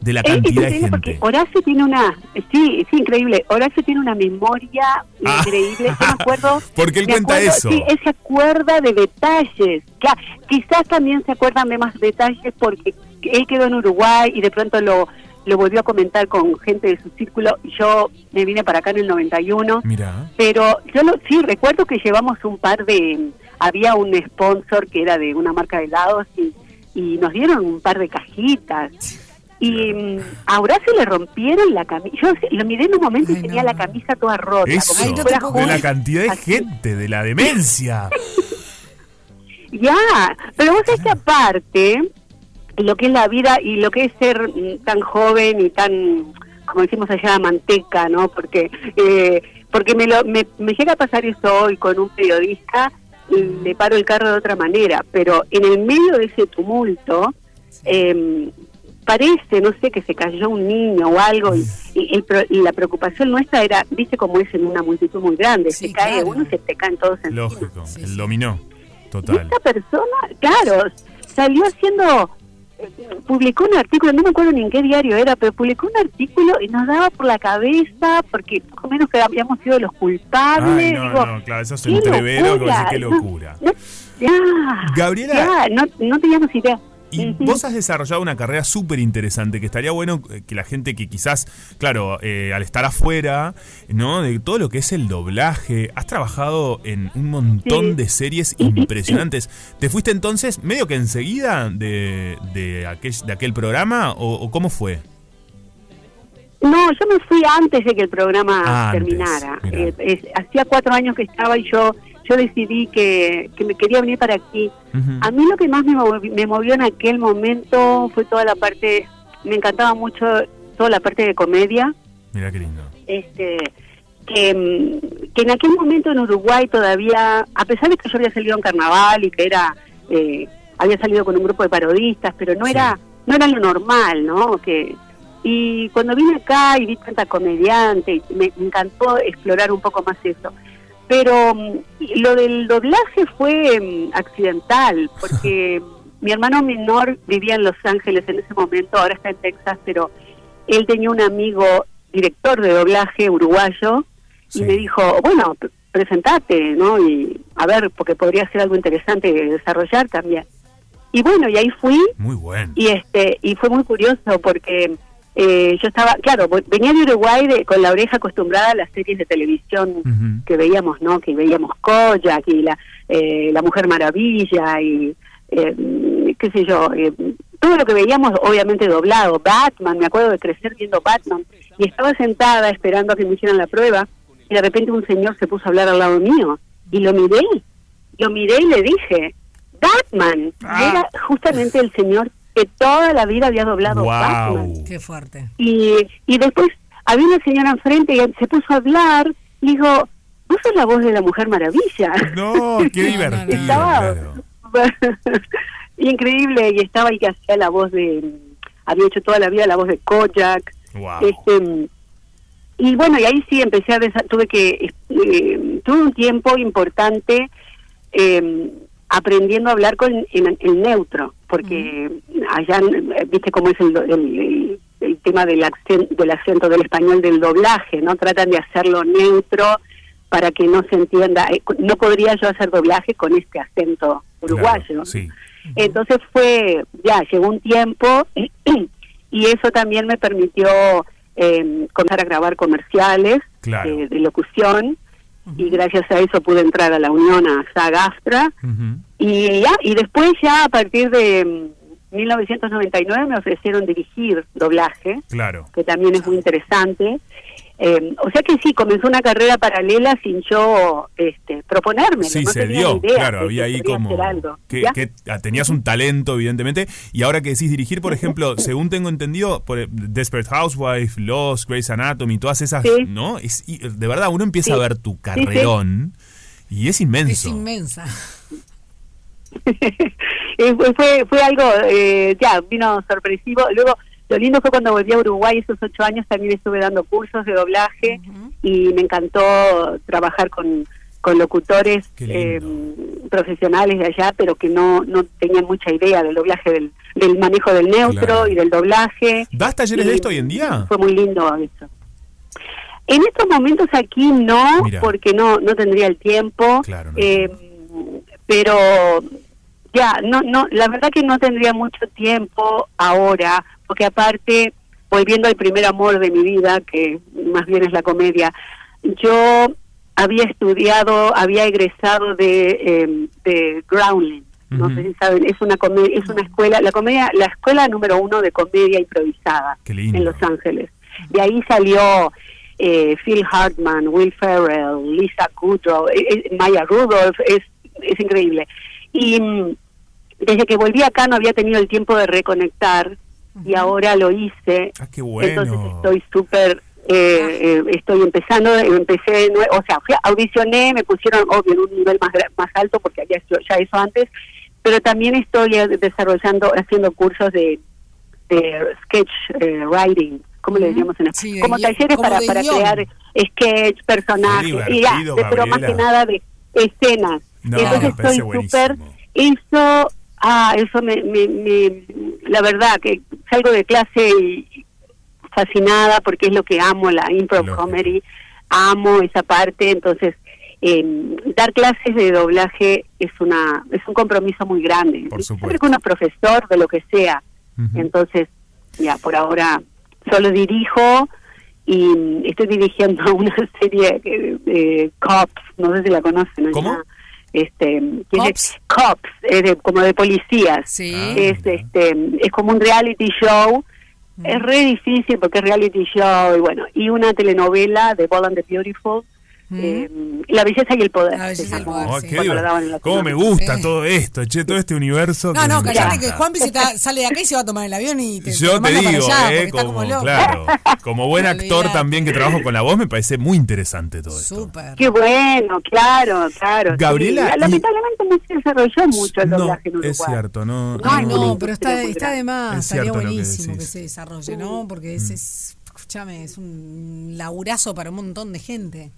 De la Eh, es cantidad de increíble porque gente. Horacio tiene una, sí, es increíble, Horacio tiene una memoria increíble, yo me acuerdo, Ah. Porque él me cuenta acuerdo, eso. Sí, él se acuerda de detalles, claro, quizás también se acuerdan de más detalles porque él quedó en Uruguay y de pronto lo, lo volvió a comentar con gente de su círculo, yo me vine para acá en el 91, Mira. pero yo lo, sí recuerdo que llevamos un par de había un sponsor que era de una marca de helados y, y nos dieron un par de cajitas y mm, a Horacio le rompieron la camisa yo sí, lo miré en un momento y tenía la camisa toda rota Eso, como si fuera de la Hulk. cantidad de gente, de la demencia. Ya, pero vos sabés que aparte, lo que es la vida y lo que es ser mm, tan joven y tan, como decimos allá, manteca, ¿no? Porque eh, porque me, lo, me, me llega a pasar eso hoy con un periodista y le paro el carro de otra manera, pero en el medio de ese tumulto, eh, parece, no sé, que se cayó un niño o algo y, y el pro- y la preocupación nuestra era, viste cómo es en una multitud muy grande, se cae uno, se te caen todos encima. Lógico, el dominó. Y Total. esta persona, claro, salió haciendo, eh, publicó un artículo, no me acuerdo ni en qué diario era, pero publicó un artículo y nos daba por la cabeza porque más o menos que habíamos sido los Ay, culpables. no, digo, no, claro, esos qué entreveros, que vos decís, qué locura. locura. Ya, Gabriela. ya, no, no teníamos idea. Y vos has desarrollado una carrera súper interesante, que estaría bueno eh, que la gente que quizás, claro, eh, al estar afuera, ¿no? De todo lo que es el doblaje, has trabajado en un montón de series impresionantes. ¿Te fuiste entonces medio que enseguida de, de, aquel, de aquel programa o, o cómo fue? No, yo me fui antes de que el programa Ah, antes, terminara. Eh, es- hacía cuatro años que estaba y yo yo decidí que, que me quería venir para aquí. A mí lo que más me, movi- me movió en aquel momento fue toda la parte, me encantaba mucho toda la parte de comedia, Mira qué lindo. este que, mm, que en aquel momento en Uruguay todavía, a pesar de que yo había salido en carnaval y que era, eh, había salido con un grupo de parodistas, pero no era, no era lo normal, ¿no? Que, y cuando vine acá y vi tanta comediante, me encantó explorar un poco más eso. Pero mm, lo del doblaje fue mm, accidental, porque mi hermano menor vivía en Los Ángeles en ese momento, ahora está en Texas, pero él tenía un amigo director de doblaje uruguayo y me dijo, bueno, p- presentate, ¿no? Y a ver, porque podría ser algo interesante de desarrollar también. Y bueno, y ahí fui Muy bueno. y este y fue muy curioso porque eh, yo estaba, claro, vo- venía de Uruguay de- con la oreja acostumbrada a las series de televisión que veíamos, ¿no? Que veíamos Koyak y la, eh, la Mujer Maravilla y eh, qué sé yo, eh, todo lo que veíamos obviamente doblado, Batman, me acuerdo de crecer viendo Batman, y estaba sentada esperando a que me hicieran la prueba, y de repente un señor se puso a hablar al lado mío, y lo miré, lo miré y le dije, Batman, Ah. era justamente el señor que toda la vida había doblado Batman. Qué fuerte. Y, y después había una señora enfrente y se puso a hablar y dijo, vos sos la voz de la Mujer Maravilla. No, qué divertido. Estaba- increíble y estaba ahí que hacía la voz de, mm, había hecho toda la vida la voz de Kojak. Guau. Este, y bueno, y ahí sí empecé a desa- tuve que, eh, tuve un tiempo importante eh, aprendiendo a hablar con en- el neutro, porque allá, eh, viste cómo es el, do- el- el- el tema del, accen- del acento del español del doblaje, ¿no? Tratan de hacerlo neutro para que no se entienda. Eh, co- No podría yo hacer doblaje con este acento uruguayo. Sí. Entonces fue, ya, llegó un tiempo y eso también me permitió eh, comenzar a grabar comerciales Claro. eh, de locución y gracias a eso pude entrar a la Unión, a SAG-AFTRA y, ya, y después ya a partir de mm, 1999 me ofrecieron dirigir doblaje, Claro. que también es muy interesante. Eh, o sea que sí, comenzó una carrera paralela sin yo este, proponerme. Sí, no se tenía dio, ni idea claro, de había que ahí podía como... hacer algo, que- ¿ya? que ah, tenías un talento, evidentemente, y ahora que decís dirigir, por ejemplo, según tengo entendido, por eh, Desperate Housewife, Lost, Grey's Anatomy, todas esas, Sí. ¿no? Es, y, eh, de verdad, uno empieza Sí. a ver tu sí. carrerón y es Es inmenso. inmensa. Eh, fue- fue, fue algo, eh, ya, vino sorpresivo. Luego, lo lindo fue cuando volví a Uruguay, esos ocho años también estuve dando cursos de doblaje y me encantó trabajar con, con locutores eh, profesionales de allá, pero que no, no tenían mucha idea del doblaje, del, del manejo del neutro Claro. y del doblaje. ¿Das talleres Y de esto hoy en día? Fue muy lindo eso. En estos momentos aquí no, Mira. porque no no tendría el tiempo. Claro, Eh, pero ya no no la verdad que no tendría mucho tiempo ahora porque aparte volviendo al primer amor de mi vida que más bien es la comedia yo había estudiado había egresado de eh, de Groundling no sé si saben es una come- es una escuela la comedia la escuela número uno de comedia improvisada Qué lindo. en Los Ángeles de ahí salió eh, Phil Hartman, Will Ferrell, Lisa Kudrow, eh, eh, Maya Rudolph, es, es increíble. Y mm, desde que volví acá no había tenido el tiempo de reconectar y ahora lo hice. Ah, Qué bueno. Entonces estoy súper, eh, eh, estoy empezando, eh, empecé, de nue- o sea, fui- audicioné, me pusieron, obvio, en un nivel más, gra- más alto porque había hecho ya eso antes, pero también estoy eh, desarrollando, haciendo cursos de, de sketch eh, writing, ¿cómo le diríamos en español? de como guio- talleres como para, de para guión. crear sketch, personajes, Qué y ya, divertido, de- pero más que Gabriela. nada de escenas. No, me Entonces parece estoy buenísimo. súper, eso, ah, eso me, me, me- la verdad que salgo de clase y, fascinada porque es lo que amo, la improv comedy, amo esa parte, entonces eh, dar clases de doblaje es una es un compromiso muy grande. Por Siempre que uno es profesor de lo que sea, entonces ya por ahora solo dirijo y mm, estoy dirigiendo una serie eh, eh, Cops, no sé si la conocen. ¿Cómo? Este, que es de- Cops, es de- como de policías. Es, este, es como un reality show. Es re difícil porque es reality show y bueno, y una telenovela de Bold and the Beautiful, eh, La belleza y el poder. se llamó, Oh, qué cuando la divertido. daban en la ¿Cómo me tele. gusta todo esto, che? Todo este universo. No, que no, me callate que encanta. Juanpi se está- sale de acá y se va a tomar el avión y te, Yo lo te manda para digo, allá, porque eh, está como, loco. claro, como buen actor Olvidate. también que trabajo con la voz, me parece muy interesante todo esto. Qué bueno, claro, claro. sí. Gabriela, La- y- lamentablemente no se desarrolló mucho el No, doblaje en Uruguay. es cierto, no. Ay, no, no, pero está, está de más. Es Estaría cierto lo que buenísimo que, decís. se desarrolle, ¿no? Porque ese es, escúchame, es un laburazo para un montón de gente.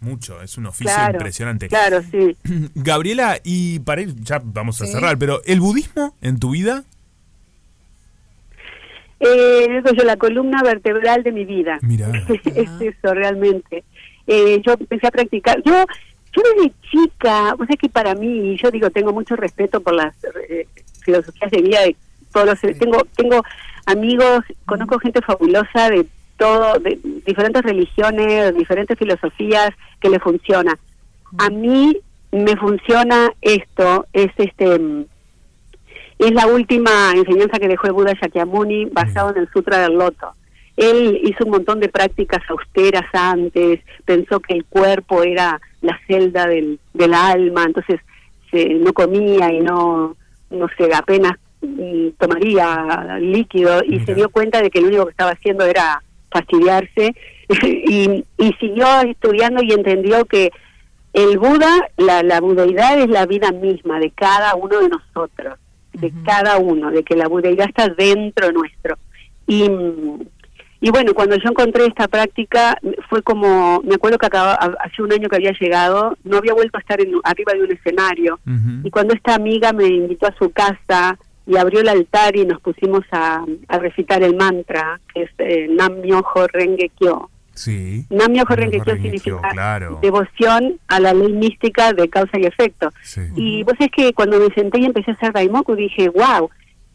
Mucho, es un oficio Claro, impresionante. Claro, sí. Gabriela, y para ir, ya vamos a Sí. cerrar, pero ¿el budismo en tu vida? Eh, digo yo, la columna vertebral de mi vida. es eso, realmente. Eh, yo empecé a practicar. Yo, yo desde chica, o sea que para mí, yo digo, tengo mucho respeto por las eh, filosofías de vida de todos los. Tengo, tengo amigos, conozco gente fabulosa de todo, de diferentes religiones, diferentes filosofías que le funciona. A mí me funciona esto, es este. mm, Es la última enseñanza que dejó el Buda Shakyamuni basado en el Sutra del Loto. Él hizo un montón de prácticas austeras antes, pensó que el cuerpo era la celda del, del alma, entonces se- no comía y no, no sé, apenas mm, tomaría líquido y se dio cuenta de que lo único que estaba haciendo era fastidiarse y, y siguió estudiando y entendió que el Buda, la, la budeidad es la vida misma de cada uno de nosotros, de cada uno, de que la budeidad está dentro nuestro. Y, mm, y bueno, cuando yo encontré esta práctica, fue como, me acuerdo que acaba- ha- hace un año que había llegado, no había vuelto a estar en- arriba de un escenario. Y cuando esta amiga me invitó a su casa y abrió el altar y nos pusimos a, a recitar el mantra, que es eh, Nam Myoho Renge Kyo. Sí. Nam Myoho Renge Kyo Renge Kyo, significa claro. devoción a la ley mística de causa y efecto. Y vos es que cuando me senté y empecé a hacer Daimoku dije, wow,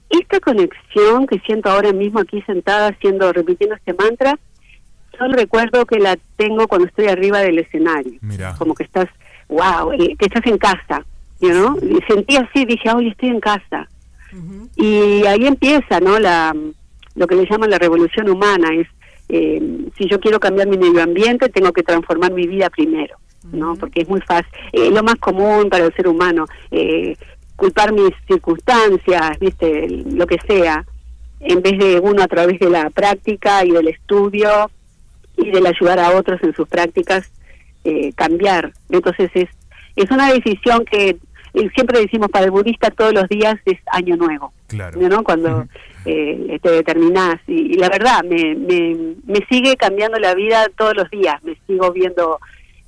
esta conexión que siento ahora mismo aquí sentada haciendo, repitiendo este mantra, solo recuerdo que la tengo cuando estoy arriba del escenario. Como que estás, wow, eh, que estás en casa, you know? Y sentí así, dije, hoy estoy en casa. Y ahí empieza, ¿no? La, lo que le llaman la revolución humana es eh, si yo quiero cambiar mi medio ambiente, tengo que transformar mi vida primero, ¿no? Porque es muy fácil, es lo más común para el ser humano, eh, culpar mis circunstancias, ¿viste? Lo que sea, en vez de uno a través de la práctica y del estudio y del ayudar a otros en sus prácticas, eh, cambiar. Entonces es, es una decisión que eh, siempre decimos para el budista todos los días es año nuevo. Claro. ¿no? Cuando eh, te determinás. Y, y la verdad, me, me, me sigue cambiando la vida todos los días, me sigo viendo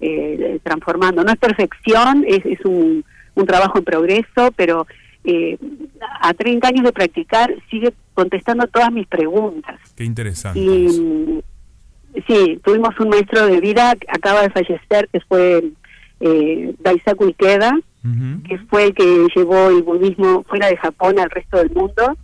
eh, transformando. No es perfección, es, es un, un trabajo en progreso, pero eh, a 30 años de practicar sigue contestando todas mis preguntas. Qué interesante. Y mm, sí, tuvimos un maestro de vida, que acaba de fallecer, que fue eh, Daisaku Ikeda, que fue el que llevó el budismo fuera de Japón al resto del mundo.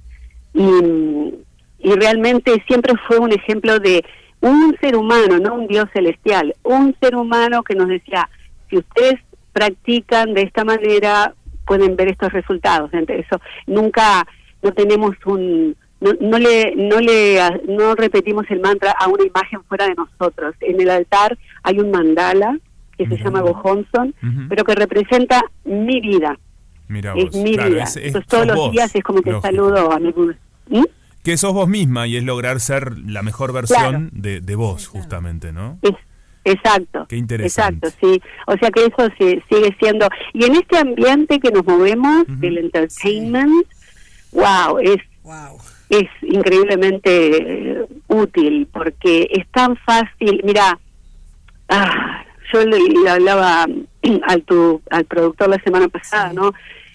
Y, mm, y realmente siempre fue un ejemplo de un ser humano, no un dios celestial, un ser humano que nos decía, si ustedes practican de esta manera, pueden ver estos resultados. Entre eso, nunca, no tenemos un, no, no le, no le, no repetimos el mantra a una imagen fuera de nosotros. En el altar hay un mandala que se llama Gohonson, Ujú. pero que representa mi vida. Mira vos. Es mi claro, vida. es- es- Entonces, todos sos los vos, días es como que lógico. saludo a mi Buda. ¿Mm? Que sos vos misma y es lograr ser la mejor versión Claro. de, de vos, justamente, ¿no? Exacto. Qué interesante. Exacto, sí. O sea que eso sí, sigue siendo. Y en este ambiente que nos movemos, del entertainment, wow, es, es increíblemente eh, útil porque es tan fácil. Mira, ah, yo le, le hablaba al, tu, al productor la semana pasada, ¿no?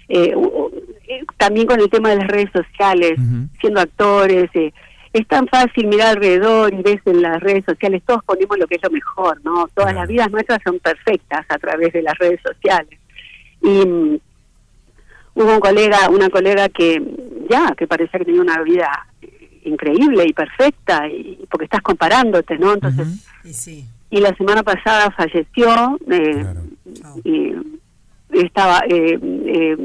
Eh, u- u- eh, también con el tema de las redes sociales, siendo actores, eh, es tan fácil mirar alrededor y ves en las redes sociales, todos ponemos lo que es lo mejor, ¿no? Todas las vidas nuestras son perfectas a través de las redes sociales. Y mm, hubo un colega, una colega que mm, ya, que parecía que tenía una vida eh, increíble y perfecta, y, porque estás comparándote, ¿no? Entonces, Y sí. y la semana pasada falleció eh, y estaba eh, eh,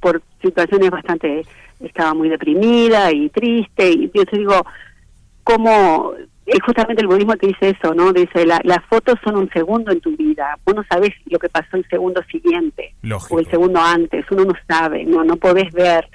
por situaciones bastante estaba muy deprimida y triste y yo te digo cómo eh, justamente el budismo te dice eso no dice la- las fotos son un segundo en tu vida vos no sabés lo que pasó el segundo siguiente o el segundo antes uno no sabe no no podés ver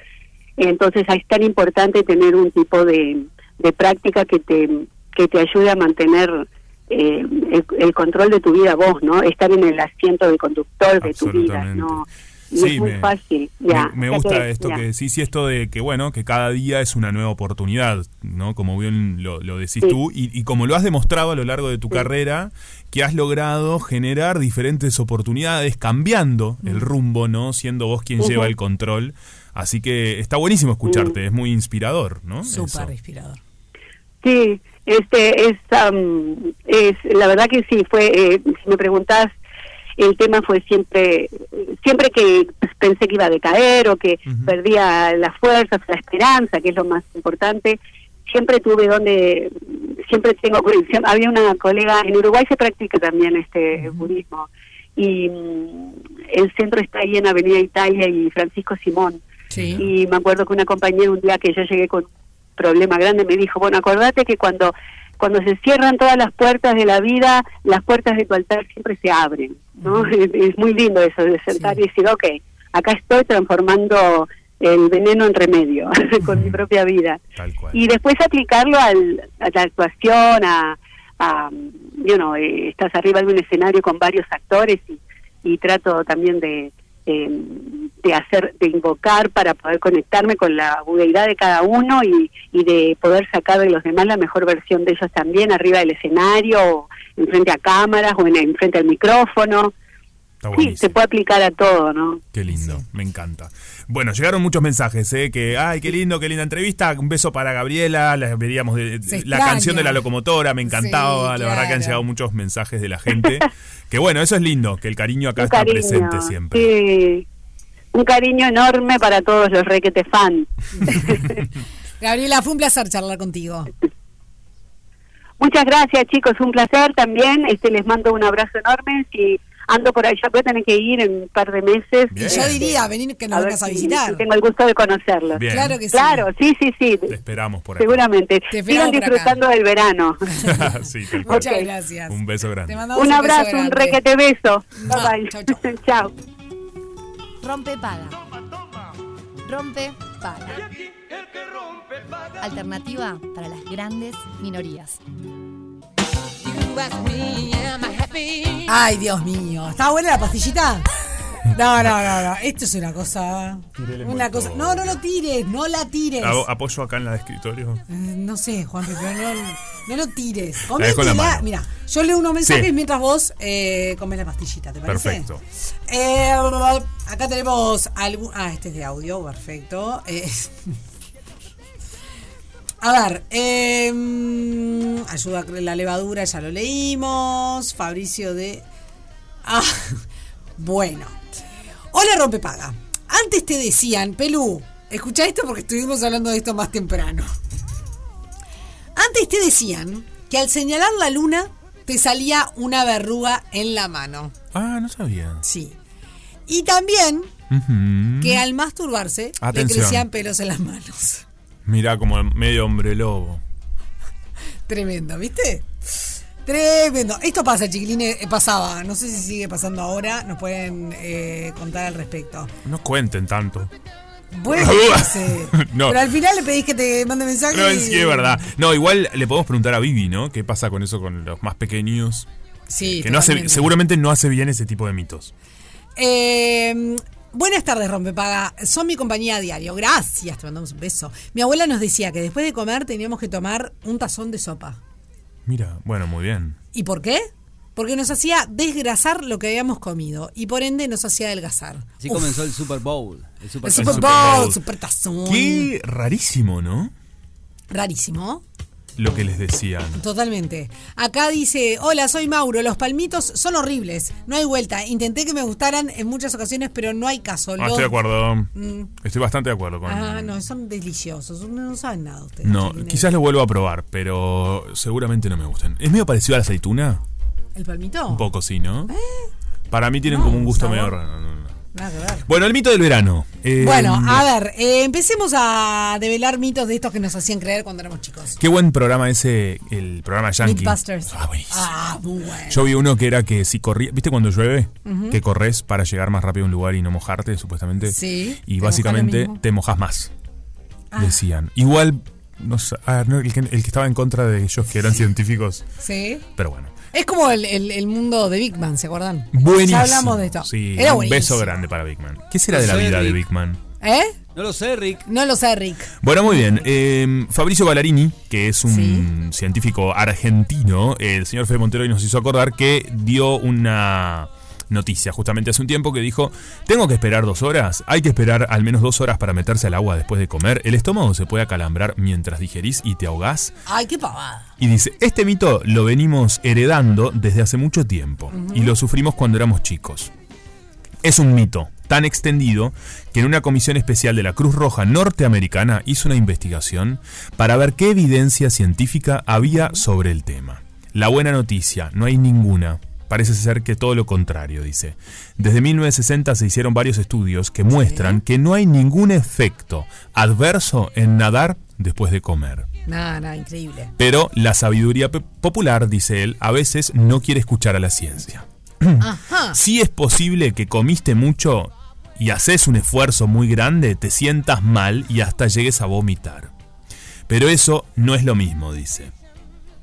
entonces ahí es tan importante tener un tipo de, de práctica que te que te ayude a mantener eh, el, el control de tu vida vos, ¿no? Estar en el asiento del conductor de tu vida, Absolutamente. ¿no? Y Sí, es muy me- fácil, ya. Me, me O sea gusta que, esto ya. que decís y esto de que, bueno, que cada día es una nueva oportunidad, ¿no? Como bien lo, lo decís Sí. tú y, y como lo has demostrado a lo largo de tu carrera, que has logrado generar diferentes oportunidades cambiando Mm. el rumbo, ¿no? Siendo vos quien Ujú. lleva el control. Así que está buenísimo Mm. escucharte, es muy inspirador, ¿no? Súper Eso. inspirador. Sí, este es, am, es la verdad que sí fue. eh, si me preguntás, el tema fue siempre, siempre que pensé que iba a decaer o que perdía las fuerzas, la esperanza, que es lo más importante. Siempre tuve donde, siempre tengo conexión. Había una colega en Uruguay se practica también este budismo y mm, el centro está ahí en Avenida Italia y Francisco Simón. Sí. Y me acuerdo que una compañera un día que yo llegué con un problema grande me dijo, bueno, acordate que cuando, cuando se cierran todas las puertas de la vida, las puertas de tu altar siempre se abren, ¿no? Es, es muy lindo eso de sentar y decir, ok, acá estoy transformando el veneno en remedio con mi propia vida. Y después aplicarlo al, a la actuación, a, a, you know, eh, estás arriba de un escenario con varios actores y, y trato también de, eh, de hacer, de invocar para poder conectarme con la agudeidad de cada uno y, y de poder sacar de los demás la mejor versión de ellos también arriba del escenario, o enfrente a cámaras o en, enfrente al micrófono. Sí, se puede aplicar a todo, ¿no? Qué lindo, me encanta. Bueno, llegaron muchos mensajes, ¿eh? Que, ay, qué lindo, qué linda entrevista. Un beso para Gabriela, la, veríamos de- Se la extraña. canción de la locomotora, me encantaba. Sí, La verdad que han claro. llegado muchos mensajes de la gente. que bueno, eso es lindo, que el cariño acá Un está cariño, presente siempre. sí. un cariño enorme para todos los requete fan. Gabriela, fue un placer charlar contigo. Muchas gracias, chicos, un placer también. Este les mando un abrazo enorme. Si ando por allá, voy a tener que ir en un par de meses. Y Yo diría, venir que nos A ver vengas a si- visitar. si tengo el gusto de conocerlos. Bien. Claro que sí. Claro, sí, sí, sí. Esperamos por ahí. Seguramente. Te esperamos Sigan por acá. disfrutando del verano. Sí, tal cual. Muchas gracias. Un beso grande. mandamos Un un beso abrazo, un grande. requete beso. Bye bye. Chao. Rompe paga. Rompe paga. Alternativa para las grandes minorías. Ay, Dios mío. ¿Está buena la pastillita? No, no, no, no. Esto es una cosa. Tírele Una muerto. cosa. No, no lo tires, no la tires. Abo- Apoyo acá en la de escritorio. Eh, No sé, Juan, pero no, no lo tires. La dejo en la Cométela. mano. Mira, yo leo unos mensajes Sí. mientras vos eh, comes la pastillita, ¿te parece? Perfecto. Eh, acá tenemos algún. Ah, este es de audio, perfecto. Eh, a ver, eh, mm, ayuda con la levadura, ya lo leímos. Fabricio de. Ah, bueno. Hola, rompepaga. Antes te decían, Pelú, escucha esto porque estuvimos hablando de esto más temprano. Antes te decían que al señalar la luna te salía una verruga en la mano. Ah, no sabía. Sí. Y también Ujú. que al masturbarse le Atención. crecían pelos en las manos. Mirá como medio hombre lobo. Tremendo, ¿viste? Tremendo. Esto pasa, chiquilines, eh, pasaba. No sé si sigue pasando ahora. Nos pueden eh, contar al respecto. No cuenten tanto. Bueno, Ujú. no sé. No. Pero al final le pedís que te mande mensaje. No, y- sí, es verdad. No, igual le podemos preguntar a Vivi, ¿no? ¿Qué pasa con eso con los más pequeños? Sí, Que no hace, totalmente. seguramente no hace bien ese tipo de mitos. Eh, buenas tardes, Rompepaga. Son mi compañía a diario. Gracias, te mandamos un beso. Mi abuela nos decía que después de comer teníamos que tomar un tazón de sopa. Mira, bueno, muy bien. ¿Y por qué? Porque nos hacía desgrasar lo que habíamos comido y por ende nos hacía adelgazar. Así Uf, comenzó el Super Bowl. El Super, el Super Bowl, super tazón. Qué rarísimo, ¿no? Rarísimo. Lo que les decían. Totalmente. Acá dice, hola, soy Mauro, los palmitos son horribles, no hay vuelta. Intenté que me gustaran en muchas ocasiones, pero no hay caso. Ah, Los- estoy de acuerdo. Mm. Estoy bastante de acuerdo con. Ah, no, son deliciosos, no, no saben nada ustedes. No, chiquilines. quizás lo vuelvo a probar, pero seguramente no me gustan. ¿Es medio parecido a la aceituna? ¿El palmito? Un poco, sí, ¿no? ¿Eh? Para mí tienen como un gusto medio raro. no, no, no. Nada que ver. Bueno, el mito del verano. Eh, Bueno, a ver, eh, empecemos a develar mitos de estos que nos hacían creer cuando éramos chicos. Qué buen programa ese, el programa Yankee. Mythbusters. Ah, buenísimo. Ah, muy bueno. Yo vi uno que era que si corría, ¿viste cuando llueve? Ujú. Que corres para llegar más rápido a un lugar y no mojarte, supuestamente. Sí, te Y mojas lo básicamente mismo. te mojas más. Ah. Decían. Igual, no sé, ah, no, el, que, el que estaba en contra de ellos que eran científicos. Sí. Pero bueno. Es como el, el- el mundo de Big Man, ¿se acuerdan? Buenísimo. Ya hablamos de esto. Sí, Era un beso buenísimo. grande para Big Man. ¿Qué será de la Sí, vida de Rick. Big Man? ¿Eh? No lo sé, Rick. No lo sé, Rick. Bueno, muy bien. Eh, Fabricio Ballarini, que es un científico argentino, el señor Fede Montero hoy nos hizo acordar que dio una noticia justamente hace un tiempo que dijo, tengo que esperar dos horas, hay que esperar al menos dos horas para meterse al agua después de comer, el estómago se puede acalambrar mientras digerís y te ahogás. Ay, qué pavada. Y dice, este mito lo venimos heredando desde hace mucho tiempo Ujú. y lo sufrimos cuando éramos chicos. Es un mito tan extendido que en una comisión especial de la Cruz Roja norteamericana hizo una investigación para ver qué evidencia científica había sobre el tema. La buena noticia, no hay ninguna, parece ser que todo lo contrario, dice. Desde 1960 se hicieron varios estudios que muestran que no hay ningún efecto adverso en nadar después de comer. Nada, nada, increíble. Pero la sabiduría pe- popular, dice él, a veces no quiere escuchar a la ciencia. Ajá. Si es posible que comiste mucho y haces un esfuerzo muy grande, te sientas mal y hasta llegues a vomitar. Pero eso no es lo mismo, dice.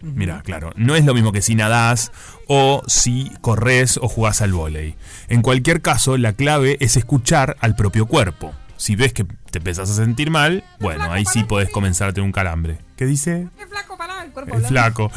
Mira, claro, no es lo mismo que si nadás o si corres o jugás al vóley. En cualquier caso, la clave es escuchar al propio cuerpo. Si ves que te empezás a sentir mal, bueno, ahí sí podés comenzar a tener un calambre. ¿Qué dice? El flaco.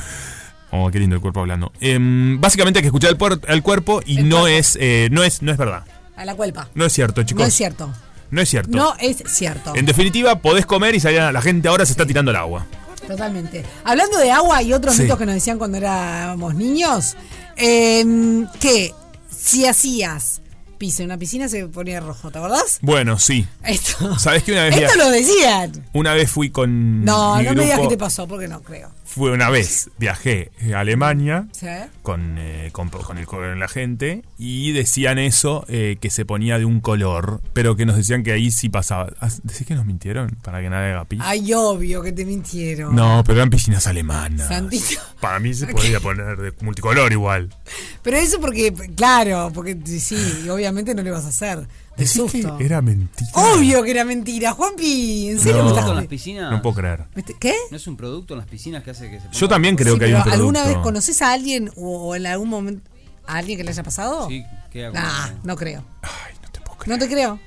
Oh, qué lindo el cuerpo hablando. Em, básicamente hay que escuchar al, puer- al cuerpo y no es, eh, no es no es verdad. A la cuelpa. No es cierto, chicos. No es cierto. No es cierto. No es cierto. En definitiva, podés comer y salir a la gente ahora se está tirando el agua. Totalmente. Hablando de agua y otros Sí. mitos que nos decían cuando éramos niños, eh, que si hacías piso en una piscina se ponía rojo, ¿te acordás? Bueno, sí. Esto. ¿Sabés que una vez Esto via- lo decían. Una vez fui con No, mi no me digas grupo- qué te pasó, porque no creo. Fue una vez, viajé a Alemania ¿Sí? con, eh, con, con el, con la gente y decían eso, eh, que se ponía de un color, pero que nos decían que ahí sí pasaba. Ah, ¿Decís que nos mintieron para que nadie haga pis? Ay, obvio que te mintieron. No, pero eran piscinas alemanas. Santito. Para mí se podía poner de multicolor igual. Pero eso porque, claro, porque sí, y obviamente no le vas a hacer. De ¿Decís que susto. era mentira? Obvio que era mentira, Juanpi. ¿En serio No. me estás ¿Con las jodiendo? piscinas? No puedo creer. ¿Viste? ¿Qué? ¿No es un producto en las piscinas que hace que se Yo también creo Sí, que hay un pero producto. ¿Alguna vez conoces a alguien o, o en algún momento a alguien que le haya pasado? Sí, ¿qué hago? Nah, no creo. Ay, no te puedo creer. No te creo.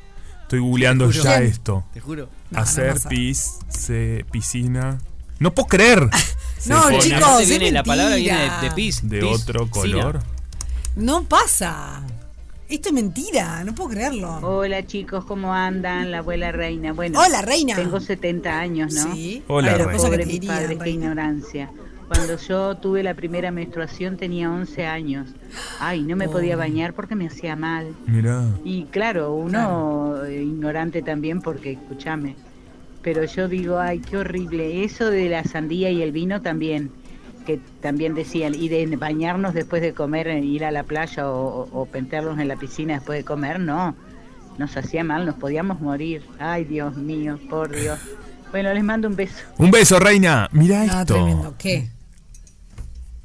Estoy googleando Te juro. ya Bien. esto. Te juro. No, no Hacer pasa. pis, se- piscina. No puedo creer. Se No, pone Oh, chicos, Aparte es viene- la palabra mentira. viene de, de pis. De pis, otro piscina. color. No pasa. Esto es mentira, no puedo creerlo. Hola chicos, ¿cómo andan? La abuela reina. Bueno, Hola, reina. Tengo 70 años, ¿no? Sí. Hola, Pero reina. pobre Cosa que te mis dirían, padres, qué reina. ignorancia. Cuando yo tuve la primera menstruación tenía 11 años. Ay, no me Oh. podía bañar porque me hacía mal. Mirá. Y claro, uno eh, ignorante también porque, escúchame, pero yo digo, ay, qué horrible. Eso de la sandía y el vino también, que también decían, y de bañarnos después de comer, eh, ir a la playa o, o- o pentearnos en la piscina después de comer, no. Nos hacía mal, nos podíamos morir. Ay, Dios mío, por Dios. Bueno, les mando un beso. Un beso, reina. Ah, Mira esto. ¿Qué?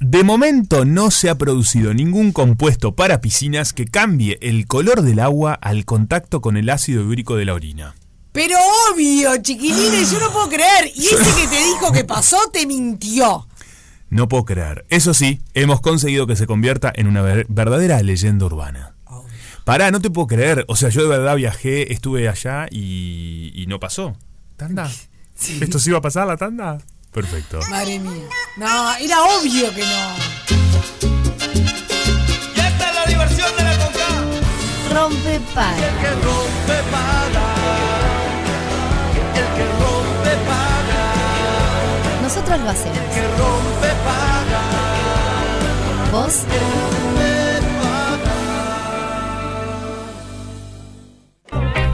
De momento no se ha producido ningún compuesto para piscinas que cambie el color del agua al contacto con el ácido úrico de la orina. Pero obvio, chiquilines, yo no puedo creer. Y ese que te dijo que pasó te mintió. No puedo creer. Eso sí, hemos conseguido que se convierta en una ver- verdadera leyenda urbana. Pará, no te puedo creer. O sea, yo de verdad viajé, estuve allá y, y no pasó. ¿Tanda? ¿Esto sí iba a pasar la tanda? Perfecto. Madre mía. No, era obvio que no. Y esta es la diversión de la conca. Rompe El que rompe paga. El que rompe paga. Nosotros lo hacemos. El que rompe paga. Vos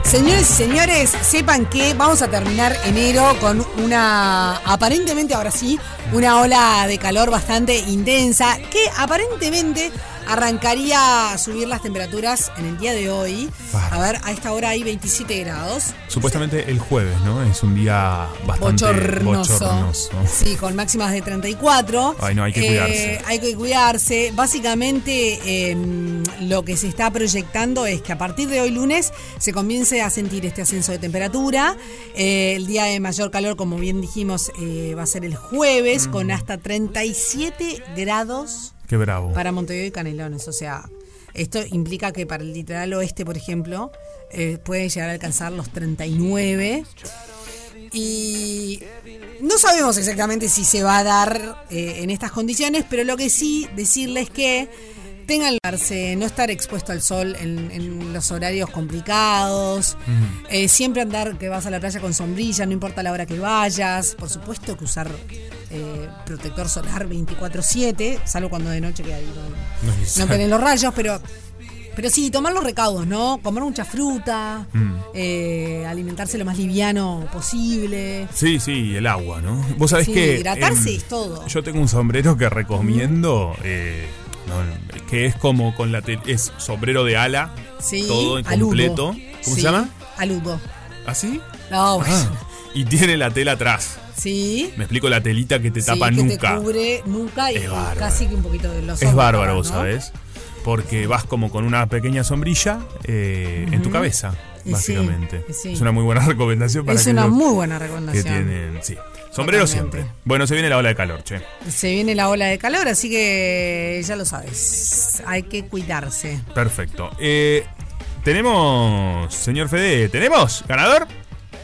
Señores y señores, sepan que vamos a terminar enero con una, aparentemente ahora sí, una ola de calor bastante intensa que aparentemente arrancaría a subir las temperaturas en el día de hoy. A ver, a esta hora hay 27 grados. Supuestamente el jueves, ¿no? Es un día bastante Bochornoso. bochornoso. Sí, con máximas de 34. Ay, no, hay que Eh, cuidarse. Hay que cuidarse. Básicamente, eh, lo que se está proyectando es que a partir de hoy lunes se comience a sentir este ascenso de temperatura. Eh, el día de mayor calor, como bien dijimos, eh, va a ser el jueves, con hasta 37 grados Qué bravo. para Montevideo y Canelones. O sea, esto implica que para el litoral oeste, por ejemplo, eh, puede llegar a alcanzar los 39. Y no sabemos exactamente si se va a dar eh, en estas condiciones, pero lo que sí decirles que tengan que cuidarse, no estar expuesto al sol en, en los horarios complicados, eh, siempre andar que vas a la playa con sombrilla, no importa la hora que vayas, por supuesto que usar eh, protector solar 24/7, salvo cuando de noche que ahí no, No es no necesario. tenés los rayos, pero, pero sí, tomar los recaudos, ¿no? Comer mucha fruta, Mm. eh, alimentarse lo más liviano posible. Sí, sí, el agua, ¿no? Vos sabés Sí, que. hidratarse em, es todo. Yo tengo un sombrero que recomiendo. eh, No, no, que es como con la te- es sombrero de ala, Sí, todo en aludo. completo. ¿Cómo Sí, se llama? Aludo. ¿Así? No, pues, Ah, y tiene la tela atrás. sí. Me explico la telita que te sí, tapa que nunca. Te cubre nuca y Es bárbaro. casi que un poquito de los Es hombros, bárbaro, ¿eh? ¿no? vos ¿sabes? Porque vas como con una pequeña sombrilla eh, en tu Ujú. cabeza, Y sí, básicamente. y sí. Es una muy buena recomendación para Es que una los muy buena Que recomendación. tienen, sí. Sombrero Totalmente. siempre. Bueno, se viene la ola de calor, che. Se viene la ola de calor, así que ya lo sabes. Hay que cuidarse. Perfecto. Eh, tenemos, señor Fede, ¿tenemos ganador?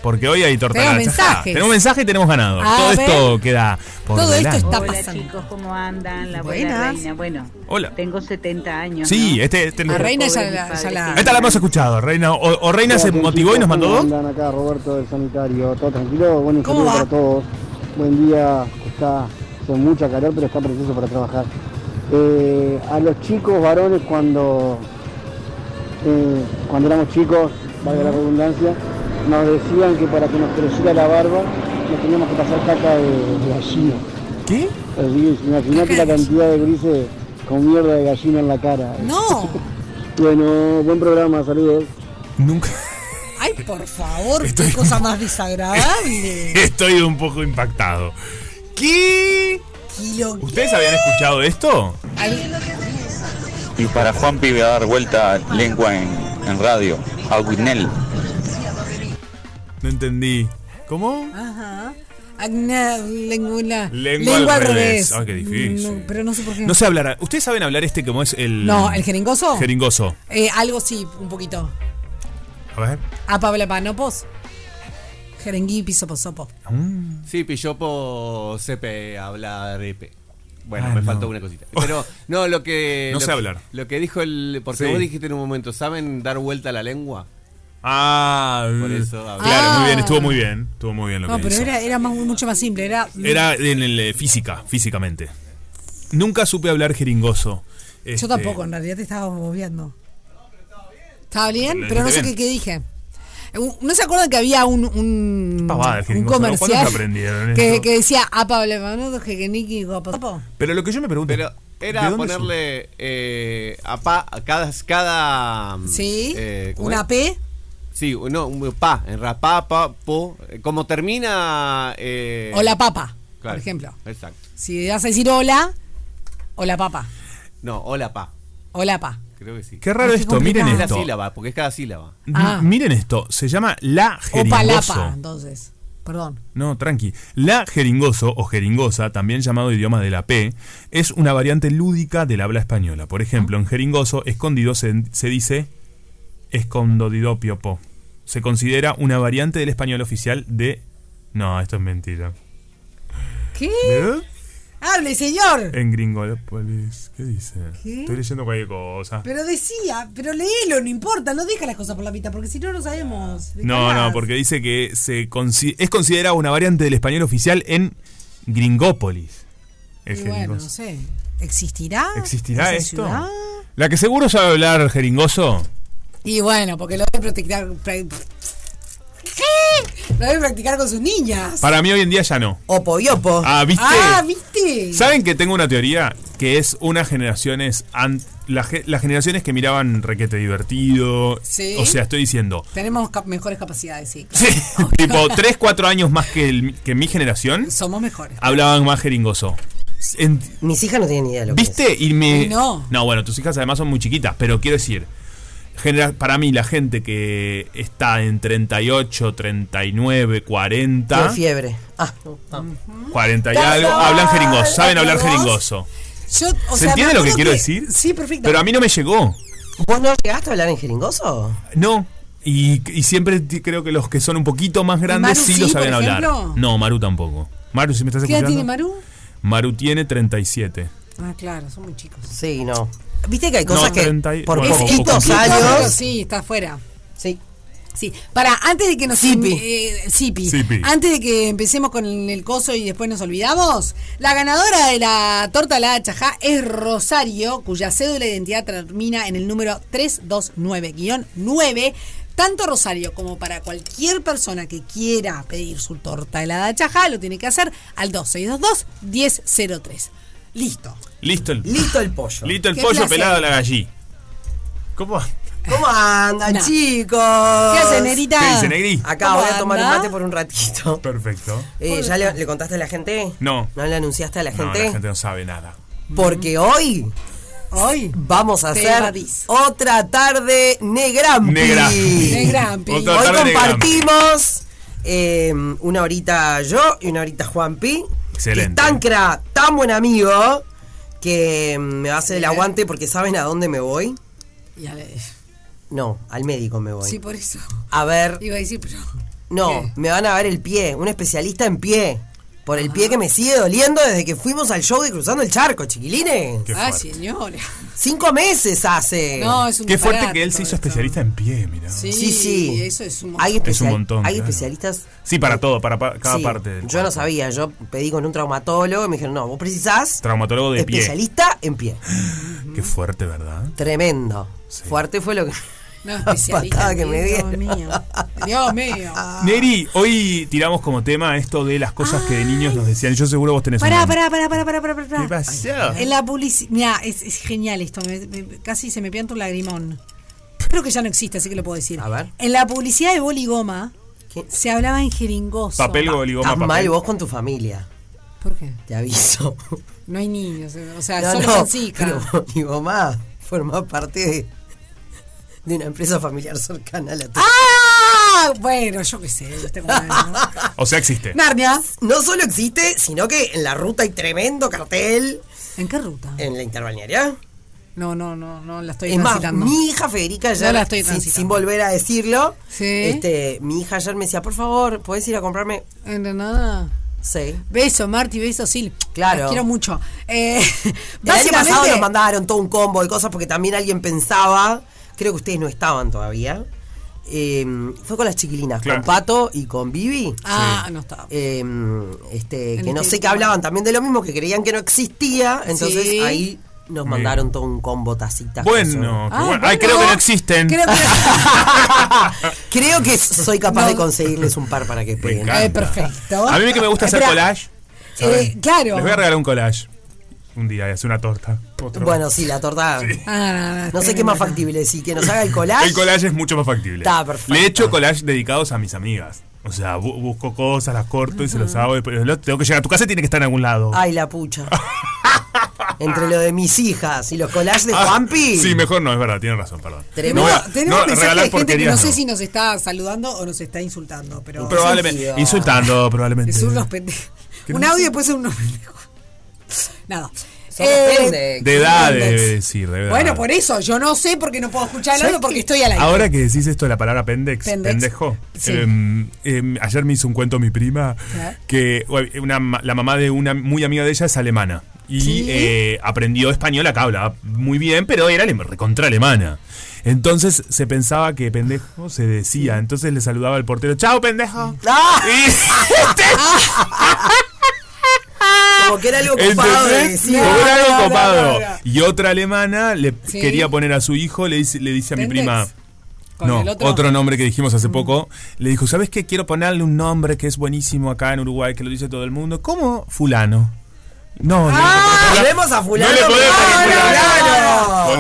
Porque hoy hay torta Tenemos a la chajá. mensajes. Tenemos mensaje y tenemos ganador. A Todo ver. esto queda por delante. Hola, chicos, ¿cómo andan? La buena Buenas. reina. Bueno, Hola. tengo 70 años. Sí, ¿no? este, este La reina ya la- ya la- Esta la hemos escuchado. Reina, o, o Reina se motivó y nos mandó dos. Andan acá Roberto del Sanitario, todo tranquilo, buen ¿Cómo saludo va? para todos. Buen día, está con mucha calor, pero está precioso para trabajar. Eh, a los chicos varones cuando eh, cuando éramos chicos, valga la redundancia, nos decían que para que nos creciera la barba nos teníamos que pasar caca de, de gallina. ¿Qué? Imagínate la cantidad de grises con mierda de gallina en la cara. No. Bueno, buen programa, saludos. Nunca. Ay, por favor, qué cosa más desagradable. Estoy un poco impactado. ¿Qué? Kilo, ¿Ustedes habían escuchado esto? Y para Juanpi voy a dar vuelta lengua en, en radio, a Guinel. No entendí. ¿Cómo? Ajá. Agna- lengua, Lengua al revés. Ah, qué difícil. No, pero no sé por qué. No sé hablar. ¿Ustedes saben hablar este como es el. No, ¿el jeringoso? Jeringoso. Eh, algo sí, un poquito. A ver. A Pablo Panopos. Jerengui, pisoposopo. Sí, Pillopo sepe habla arepe. Bueno, Ah, me no. faltó una cosita. Pero no, lo que. No lo sé que- hablar. Lo que dijo el. Porque Sí. vos dijiste en un momento, ¿saben dar vuelta a la lengua? Ah, Por eso hablo. claro, Ah. muy bien, estuvo muy bien. Estuvo muy bien lo No, que pero hizo. era, era más- mucho más simple. Era. Era en el, eh, física, físicamente. Nunca supe hablar jeringoso. Este, Yo tampoco, en realidad te estaba bobeando. ¿Estaba bien? Lo Pero no sé dijiste qué, bien. qué dije. Eh, un- ¿No se acuerdan que había un, un, Pavada, el un jeringoso, ¿no? ¿Cuándo comercial se aprendieron que, esto? que decía a Pablo Panopos, Jerengui, Goposopo? Pero lo que yo me pregunto. ¿de Era dónde ponerle eh, a, pa, a cada. cada Mm. Sí, eh, ¿cómo ¿Una es? P? Sí, no, un pa. En rapá, pa, po. eh, Como termina. eh, o la papa, Claro, por ejemplo. Exacto. Si vas a decir hola, hola papa, No, hola, pa. hola pa. Creo que sí. Qué raro Ay, qué esto, miren Es la esto. sílaba, porque es cada sílaba. M- Ah. Miren esto, se llama la O jeringoso. palapa, entonces. Perdón. No, tranqui. La jeringoso o jeringosa, también llamado idioma de la P, es una variante lúdica del habla española. Por ejemplo, en jeringoso, escondido se, se dice escondidopiopo. Se considera una variante del español oficial de... No, esto es mentira. ¿Qué? ¿Eh? ¡Hable, señor! En Gringolópolis, ¿qué dice? ¿Qué? Estoy leyendo cualquier cosa. Pero decía, pero léelo, no importa, no deja las cosas por la pita, porque si no, no sabemos. ¿De No, qué no, hablas? porque dice que se consi- es considerada una variante del español oficial en Gringópolis. El Y bueno, no jeringoso. sé. ¿Existirá? ¿Existirá esa esto? ciudad? La que seguro sabe hablar jeringoso. Y bueno, porque lo debe practicar. pra- ¿Qué? Lo debe practicar con sus niñas. Para mí hoy en día ya no. Opo y opo. Ah, ¿viste? Ah, ¿viste? ¿Saben que tengo una teoría? Que es unas generaciones. an- la ge- las generaciones que miraban requete divertido. Sí. O sea, estoy diciendo. Tenemos cap- mejores capacidades, sí. tipo, 3, 4 años más que, el- que mi generación. Somos mejores. Hablaban más jeringoso. Mis hijas no tienen idea de lo que es. ¿Viste? Y me. Y no. bueno, tus hijas además son muy chiquitas, pero quiero decir. genera- para mí, la gente que está en 38, 39, 40. Tienen fiebre. Ah, no, no. 40 y algo, hablan jeringoso, saben hablar ¿Vos? jeringoso. Yo, o ¿Se sea, entiende me lo que acuerdo quiero que- decir? Sí, perfecto. Pero a mí no me llegó. ¿Vos no llegaste a hablar en jeringoso? No. Y, y siempre t- creo que los que son un poquito más grandes Maru sí sí, lo por saben hablar. ejemplo? No, Maru tampoco. Maru, si me estás ¿Qué edad escuchando. tiene Maru? Maru tiene 37. Ah, claro, son muy chicos. Sí, no. Viste que hay cosas No, que 30 y- por bueno, poquitos poco. Claro, años. sí, está afuera. Sí. Sí, para, antes de que nos... Sipi. eh, Sipi. Sipi. Antes de que empecemos con el coso y después nos olvidamos, la ganadora de la torta la chajá es Rosario, cuya cédula de identidad termina en el número 329-9. Tanto Rosario como para cualquier persona que quiera pedir su torta helada chajá, lo tiene que hacer al 2622-1003. Listo. Listo el, Listo el pollo. listo el Qué pollo placer. pelado a la gallí. ¿Cómo? ¿Cómo andan, No. chicos? ¿Qué hacen, Negrita? ¿Qué dice, Negri? Acá ¿Cómo voy a tomar un anda? mate por un ratito. Perfecto. Ah. Eh, ¿Ya le, le contaste a la gente? No. ¿No le anunciaste a la No, gente? la gente no sabe nada. Porque hoy. Hoy vamos a Te hacer evadís. otra tarde Negrampi. Negrampi. Negrampi. Otra Hoy tarde compartimos eh, una horita yo y una horita Juanpi. Que es Excelente. tan cra, tan buen amigo, que em, me va a hacer el aguante porque saben a dónde me voy. Ya le- No, al médico me voy. Sí, por eso. A ver, Iba a decir, pero. no, me van a ver el pie, un especialista en pie. Por el pie que me sigue doliendo desde que fuimos al show de Cruzando el Charco, chiquilines. ah, señora. Cinco meses hace. No, es un Qué fuerte disparate que Él se hizo especialista en pie, mira. Sí, Eh, Sí, sí. Eso es un Hay, Es un especial- montón, hay claro. especialistas. Sí, para todo, para pa- cada sí, parte. del- Yo no sabía, yo pedí con un traumatólogo y me dijeron, no, vos precisás Traumatólogo de pie. especialista en pie. Qué fuerte, ¿verdad? Tremendo. Fuerte fue lo que. No, especialista patada en que pie, me Dios dieron. Dios mío. Neri, hoy tiramos como tema esto de las cosas que de niños nos decían. Yo seguro vos tenés Pará, un- pará, pará, pará, pará, pará, pará. ¿Qué pasó? En la publicidad. Mira, es, es genial esto. me- me- casi se me pianta un lagrimón. Creo que ya no existe, así que lo puedo decir. A ver. En la publicidad de boligoma se hablaba en jeringoso. Estás mal vos con tu familia. ¿Por qué? Te aviso. No hay niños. O sea, No, solo no, son chicas. Pero boligoma forma parte de, de una empresa familiar cercana a la tuya. ¡Ah! Bueno, yo qué sé. este momento, ¿no? O sea, existe. Narnia. No solo existe, sino que en la ruta hay tremendo cartel. ¿En qué ruta? Eh. En la interbalnearia. No, no, no, no la estoy Es más, transitando. mi hija Federica ya No la estoy sin, transitando. sin volver a decirlo. Este, mi hija ayer me decía, por favor, ¿podés ir a comprarme? En nada. Sí. Beso, Marti, beso, Sil. Claro. Las quiero mucho. Eh, El año básicamente- pasado nos mandaron todo un combo de cosas porque también alguien pensaba, creo que ustedes no estaban todavía. eh, fue con las chiquilinas, con Pato y con Vivi. Ah, no estaba. Eh, este, En que no este sé qué hablaban también de lo mismo, que creían que no existía. Entonces Sí. ahí nos mandaron todo un combo tacitas. Bueno, qué Ah, bueno. Ay, creo que no existen. Creo que, creo que soy capaz No. de conseguirles un par para que peguen. encanta. Eh, perfecto. A mí que me gusta hacer Espera. collage. ¿saben? claro. Les voy a regalar un collage. Un día y hacer una torta. Otro. Bueno, sí, la torta. no sé qué más factible, sí, que nos haga el collage. El collage es mucho más factible. Está perfecto. Le he hecho collage dedicados a mis amigas. O sea, bu- busco cosas, las corto y se los hago. Pero lo- tengo que llegar a tu casa y tiene que estar en algún lado. Ay, la pucha. Entre lo de mis hijas y los collages de Ah, Juanpi. Sí, mejor no, es verdad, tiene razón, perdón. Tenemos, no voy a- tenemos no, mensajes regalar de gente que porquerías. no sé no. si nos está saludando o nos está insultando, pero Probablemente. Insultando, probablemente. es unos pendejos. Eh, Que Un no- audio y después unos pendejos. Nada. Son pendejos. De edad, pendejos. debe decir, de verdad. Bueno, por eso, yo no sé porque no puedo escuchar el ¿Sabes audio porque estoy al aire. Ahora que decís esto de la palabra pendex, Pendex. pendejo. Sí. em, em, ayer me hizo un cuento mi prima Claro. que ué, una ma- la mamá de una muy amiga de ella es alemana. Y Sí. eh, aprendió español acá, hablaba muy bien, pero era alem- recontra alemana. Entonces se pensaba que pendejo se decía. Entonces le saludaba al portero, chao pendejo. Ah. Ah, este Como que era algo copado de ¿Entendés? decir. Como era algo No, no, copado. no, no. Y otra alemana le Sí. quería poner a su hijo, le dice, le dice a mi Pendex. prima. Con No, el otro? otro. nombre que dijimos hace poco. Le dijo, ¿sabes qué? Quiero ponerle un nombre que es buenísimo acá en Uruguay, que lo dice todo el mundo. ¿Cómo? Fulano. No, no. Volvemos a fulano. No le podés no, poner fulano. fulano.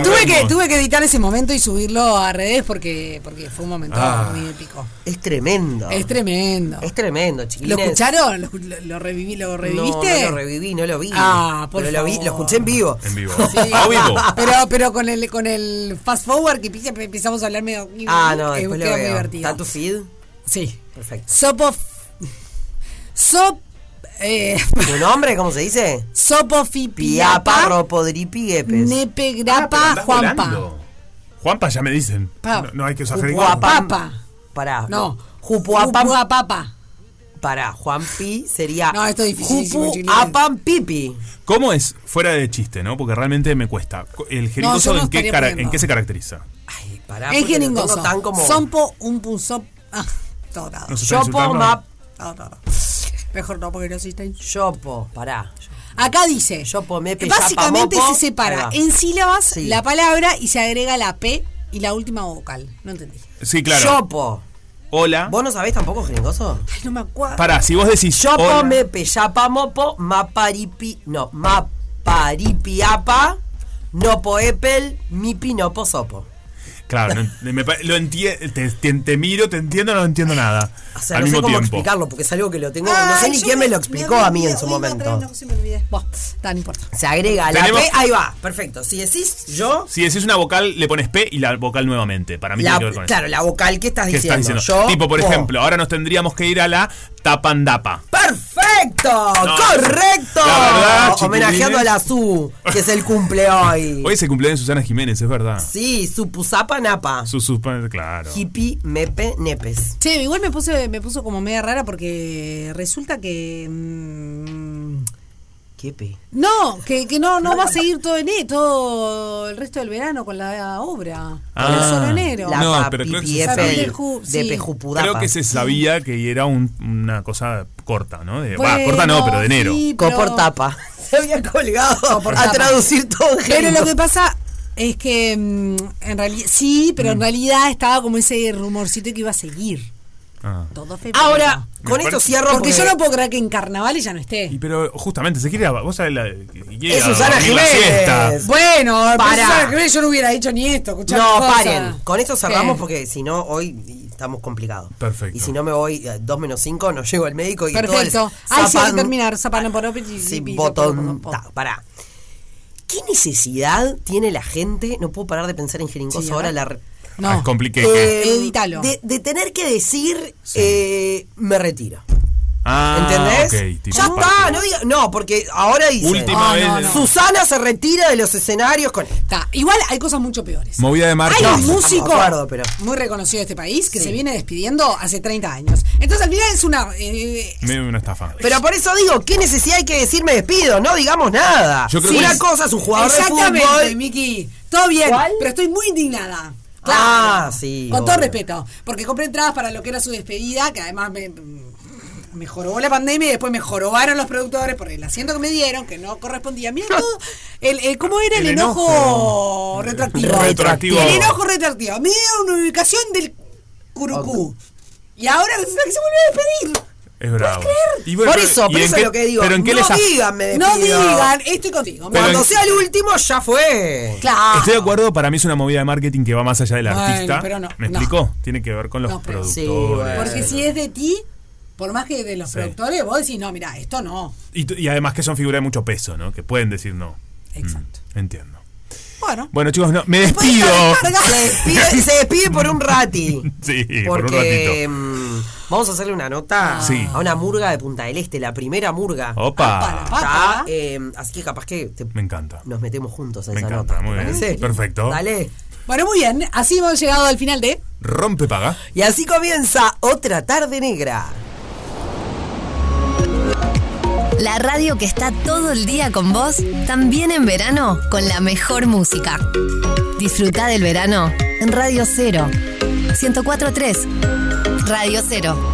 Tuve Volvemos. que, tuve que editar ese momento y subirlo a redes porque, porque fue un momento Ah. muy épico. Es tremendo. Es tremendo. Es tremendo, ¿Lo chiquilines. escucharon? ¿Lo, escu- lo- lo reviví- lo reviviste? No, no lo reviví, no lo vi. Ah, por Pero lo, vi, favor. lo escuché en vivo. En vivo. Ah, Pero, pero con el con el fast forward que empieza- empezamos a hablar medio. Ah, no, eh, después lo queda muy veo. divertido. ¿Está tu feed? Sí. Perfecto. Sopo. Sop. Eh, ¿Tu nombre? ¿Cómo se dice? Piapa, Sopofipiapa. Ropodripiepes. Nepe Ah, grapa Andás Juanpa. volando. Juanpa ya me dicen. Pa. No, no hay que usar jericón. Guapapa. Pará. No. Jupuapam. Jupuapapa. Pará. Juanpi sería. No, esto es dificilísimo, chiquilines. Jupuapam pipi. ¿Cómo es? Fuera de chiste, ¿no? Porque realmente me cuesta. ¿El jeringoso yo no en, qué estaría cara- poniendo. en qué se caracteriza? Pará. Es Ah, porque lo tengo jeringoso. tan como- Sompo, un punzop. Ah, todo nada. Nos está Yopo, insultando. map. Todo, todo. Mejor no, porque no existe. Yopo, pará. Acá dice. Yopo, mepe, Básicamente yapa, mopo. se separa Ahí va. en sílabas Sí. la palabra y se agrega la P y la última vocal. No entendí. Sí, claro. Yopo. Hola. ¿Vos no sabés tampoco jeringoso? Ay, no me acuerdo. Pará, si vos decís Yopo, hola- mepe, yapa, mopo, maparipi. No, map. Paripiapa, Nopo Epel, Mi Pinopo Sopo. Claro, no- me pa- lo entie- te, te- te miro, te entiendo, no entiendo nada. O sea, al no sé mismo cómo tiempo. explicarlo, porque es algo que lo tengo. no Ay, sé ni yo quién me, me- lo me explicó a mí en su Uy, iba a traer momento. una cosa y me olvidé. Buah, está, no importa. Se agrega la Tenemos- P, ahí va, perfecto. Si decís yo, Si decís una vocal, le pones P y la vocal nuevamente. Para mí la- tiene que ver con eso. claro, la vocal que estás ¿Qué diciendo. estás diciendo? Yo, tipo, por po. ejemplo, ahora nos tendríamos que ir a la tapandapa. ¡Perfecto! No, ¡Correcto! la verdad, chiquilines. Homenajeando a la Su, que es el cumple hoy. Hoy se cumple de Susana Jiménez, es verdad. Sí, Supusapa Napa. Su, su- claro. Hippie, mepe, nepes. Che, igual me puse, me puso como media rara porque resulta que. mm, Quepe. no, que, que no, no va a seguir todo en e- todo el resto del verano con la obra. con el solo enero. no, pero creo que se Papi sabía. de Ju- sí. Creo que se sabía que era un- una cosa corta, ¿no? De- va, Bueno, corta no, pero de enero. sí, pero- Copor tapa. Se había colgado por a tapa. traducir todo. Pero Angelito. lo que pasa es que mm, en realidad sí, pero en realidad estaba como ese rumorcito que iba a seguir. Ah. Todo febrero. Ahora, con Me esto parece- cierro porque, porque, yo no puedo creer que en carnavales ya no esté. Y pero justamente, se quiere. Vos sabés la. quiere Es Susana dormir la Jiménez. siesta. Bueno, Pará. para yo no hubiera dicho ni esto. escuchá No, cosa. paren. Con esto cerramos ¿Qué? porque si no, hoy estamos complicados. Perfecto. Y si no me voy a 2 menos 5, no llego al médico y todo Perfecto. el Ay, sí, hay que zapan- terminar. Zapano por y Sí, y- botón. ta, pará. ¿Qué necesidad tiene la gente? No puedo parar de pensar en jeringoso Sí, a ahora ver. la. re- No. Es compliqué. Eh, Editalo. De, de tener que decir, eh, me retiro. Ah, ¿Entendés? ok, tipo ya parte. está, no diga. No, porque ahora dice. Última Ah, vez. no, no. Susana se retira de los escenarios con. Ta, Igual hay cosas mucho peores. Movida de marca. Hay un músico de acuerdo, pero- muy reconocido de este país que Sí. se viene despidiendo hace 30 años. Entonces al final es una... eh, Medio una estafa. Pero por eso digo, ¿qué necesidad hay que decir me despido? No digamos nada. Yo creo que Una es- cosa es un jugador de Exactamente, fútbol. Miki. Todo bien, ¿Cuál? pero estoy muy indignada. Ah, sí. Con todo obvio. respeto, porque compré entradas para lo que era su despedida, que además me, me jorobó la pandemia y después me jorobaron los productores por el asiento que me dieron, que no correspondía. Mira todo, el, el- ¿cómo era el, El enojo, enojo. retroactivo? Retroactivo. El enojo retroactivo. Me dieron una ubicación del Curucú. Y ahora resulta que se vuelve a despedir. Es bravo. Y por eso, ¿y por en eso qué- es lo que digo. Pero en qué no les af- digan, me No despido. digan, estoy contigo. Pero Cuando en- sea el último, ya fue. Claro. Estoy de acuerdo, para mí es una movida de marketing que va más allá del Bueno, artista. pero no, ¿Me no. explicó? Tiene que ver con los No, pero- productores. Sí, Porque si es de ti, por más que de los Sí. productores, vos decís, no, mira, esto no. y, t- y además que son figuras de mucho peso, ¿no? Que pueden decir no. Mm, Exacto. Entiendo. Bueno. Bueno, chicos, no, me Después de despido. esta descarga, Se despide, se despide por un rati. Sí, por un Porque ratito. Ah. mm, vamos a hacerle una nota Sí. a una murga de Punta del Este, la primera murga. Opa. Está, eh, así que capaz que te- Me encanta. nos metemos juntos en Me esa encanta, nota. ¿te muy bien. parece? Perfecto. Dale. Bueno, muy bien, así hemos llegado al final de... Rompe paga. Y así comienza otra tarde negra. La radio que está todo el día con vos, también en verano, con la mejor música. Disfruta del verano en Radio Cero. 104.3 Radio Cero.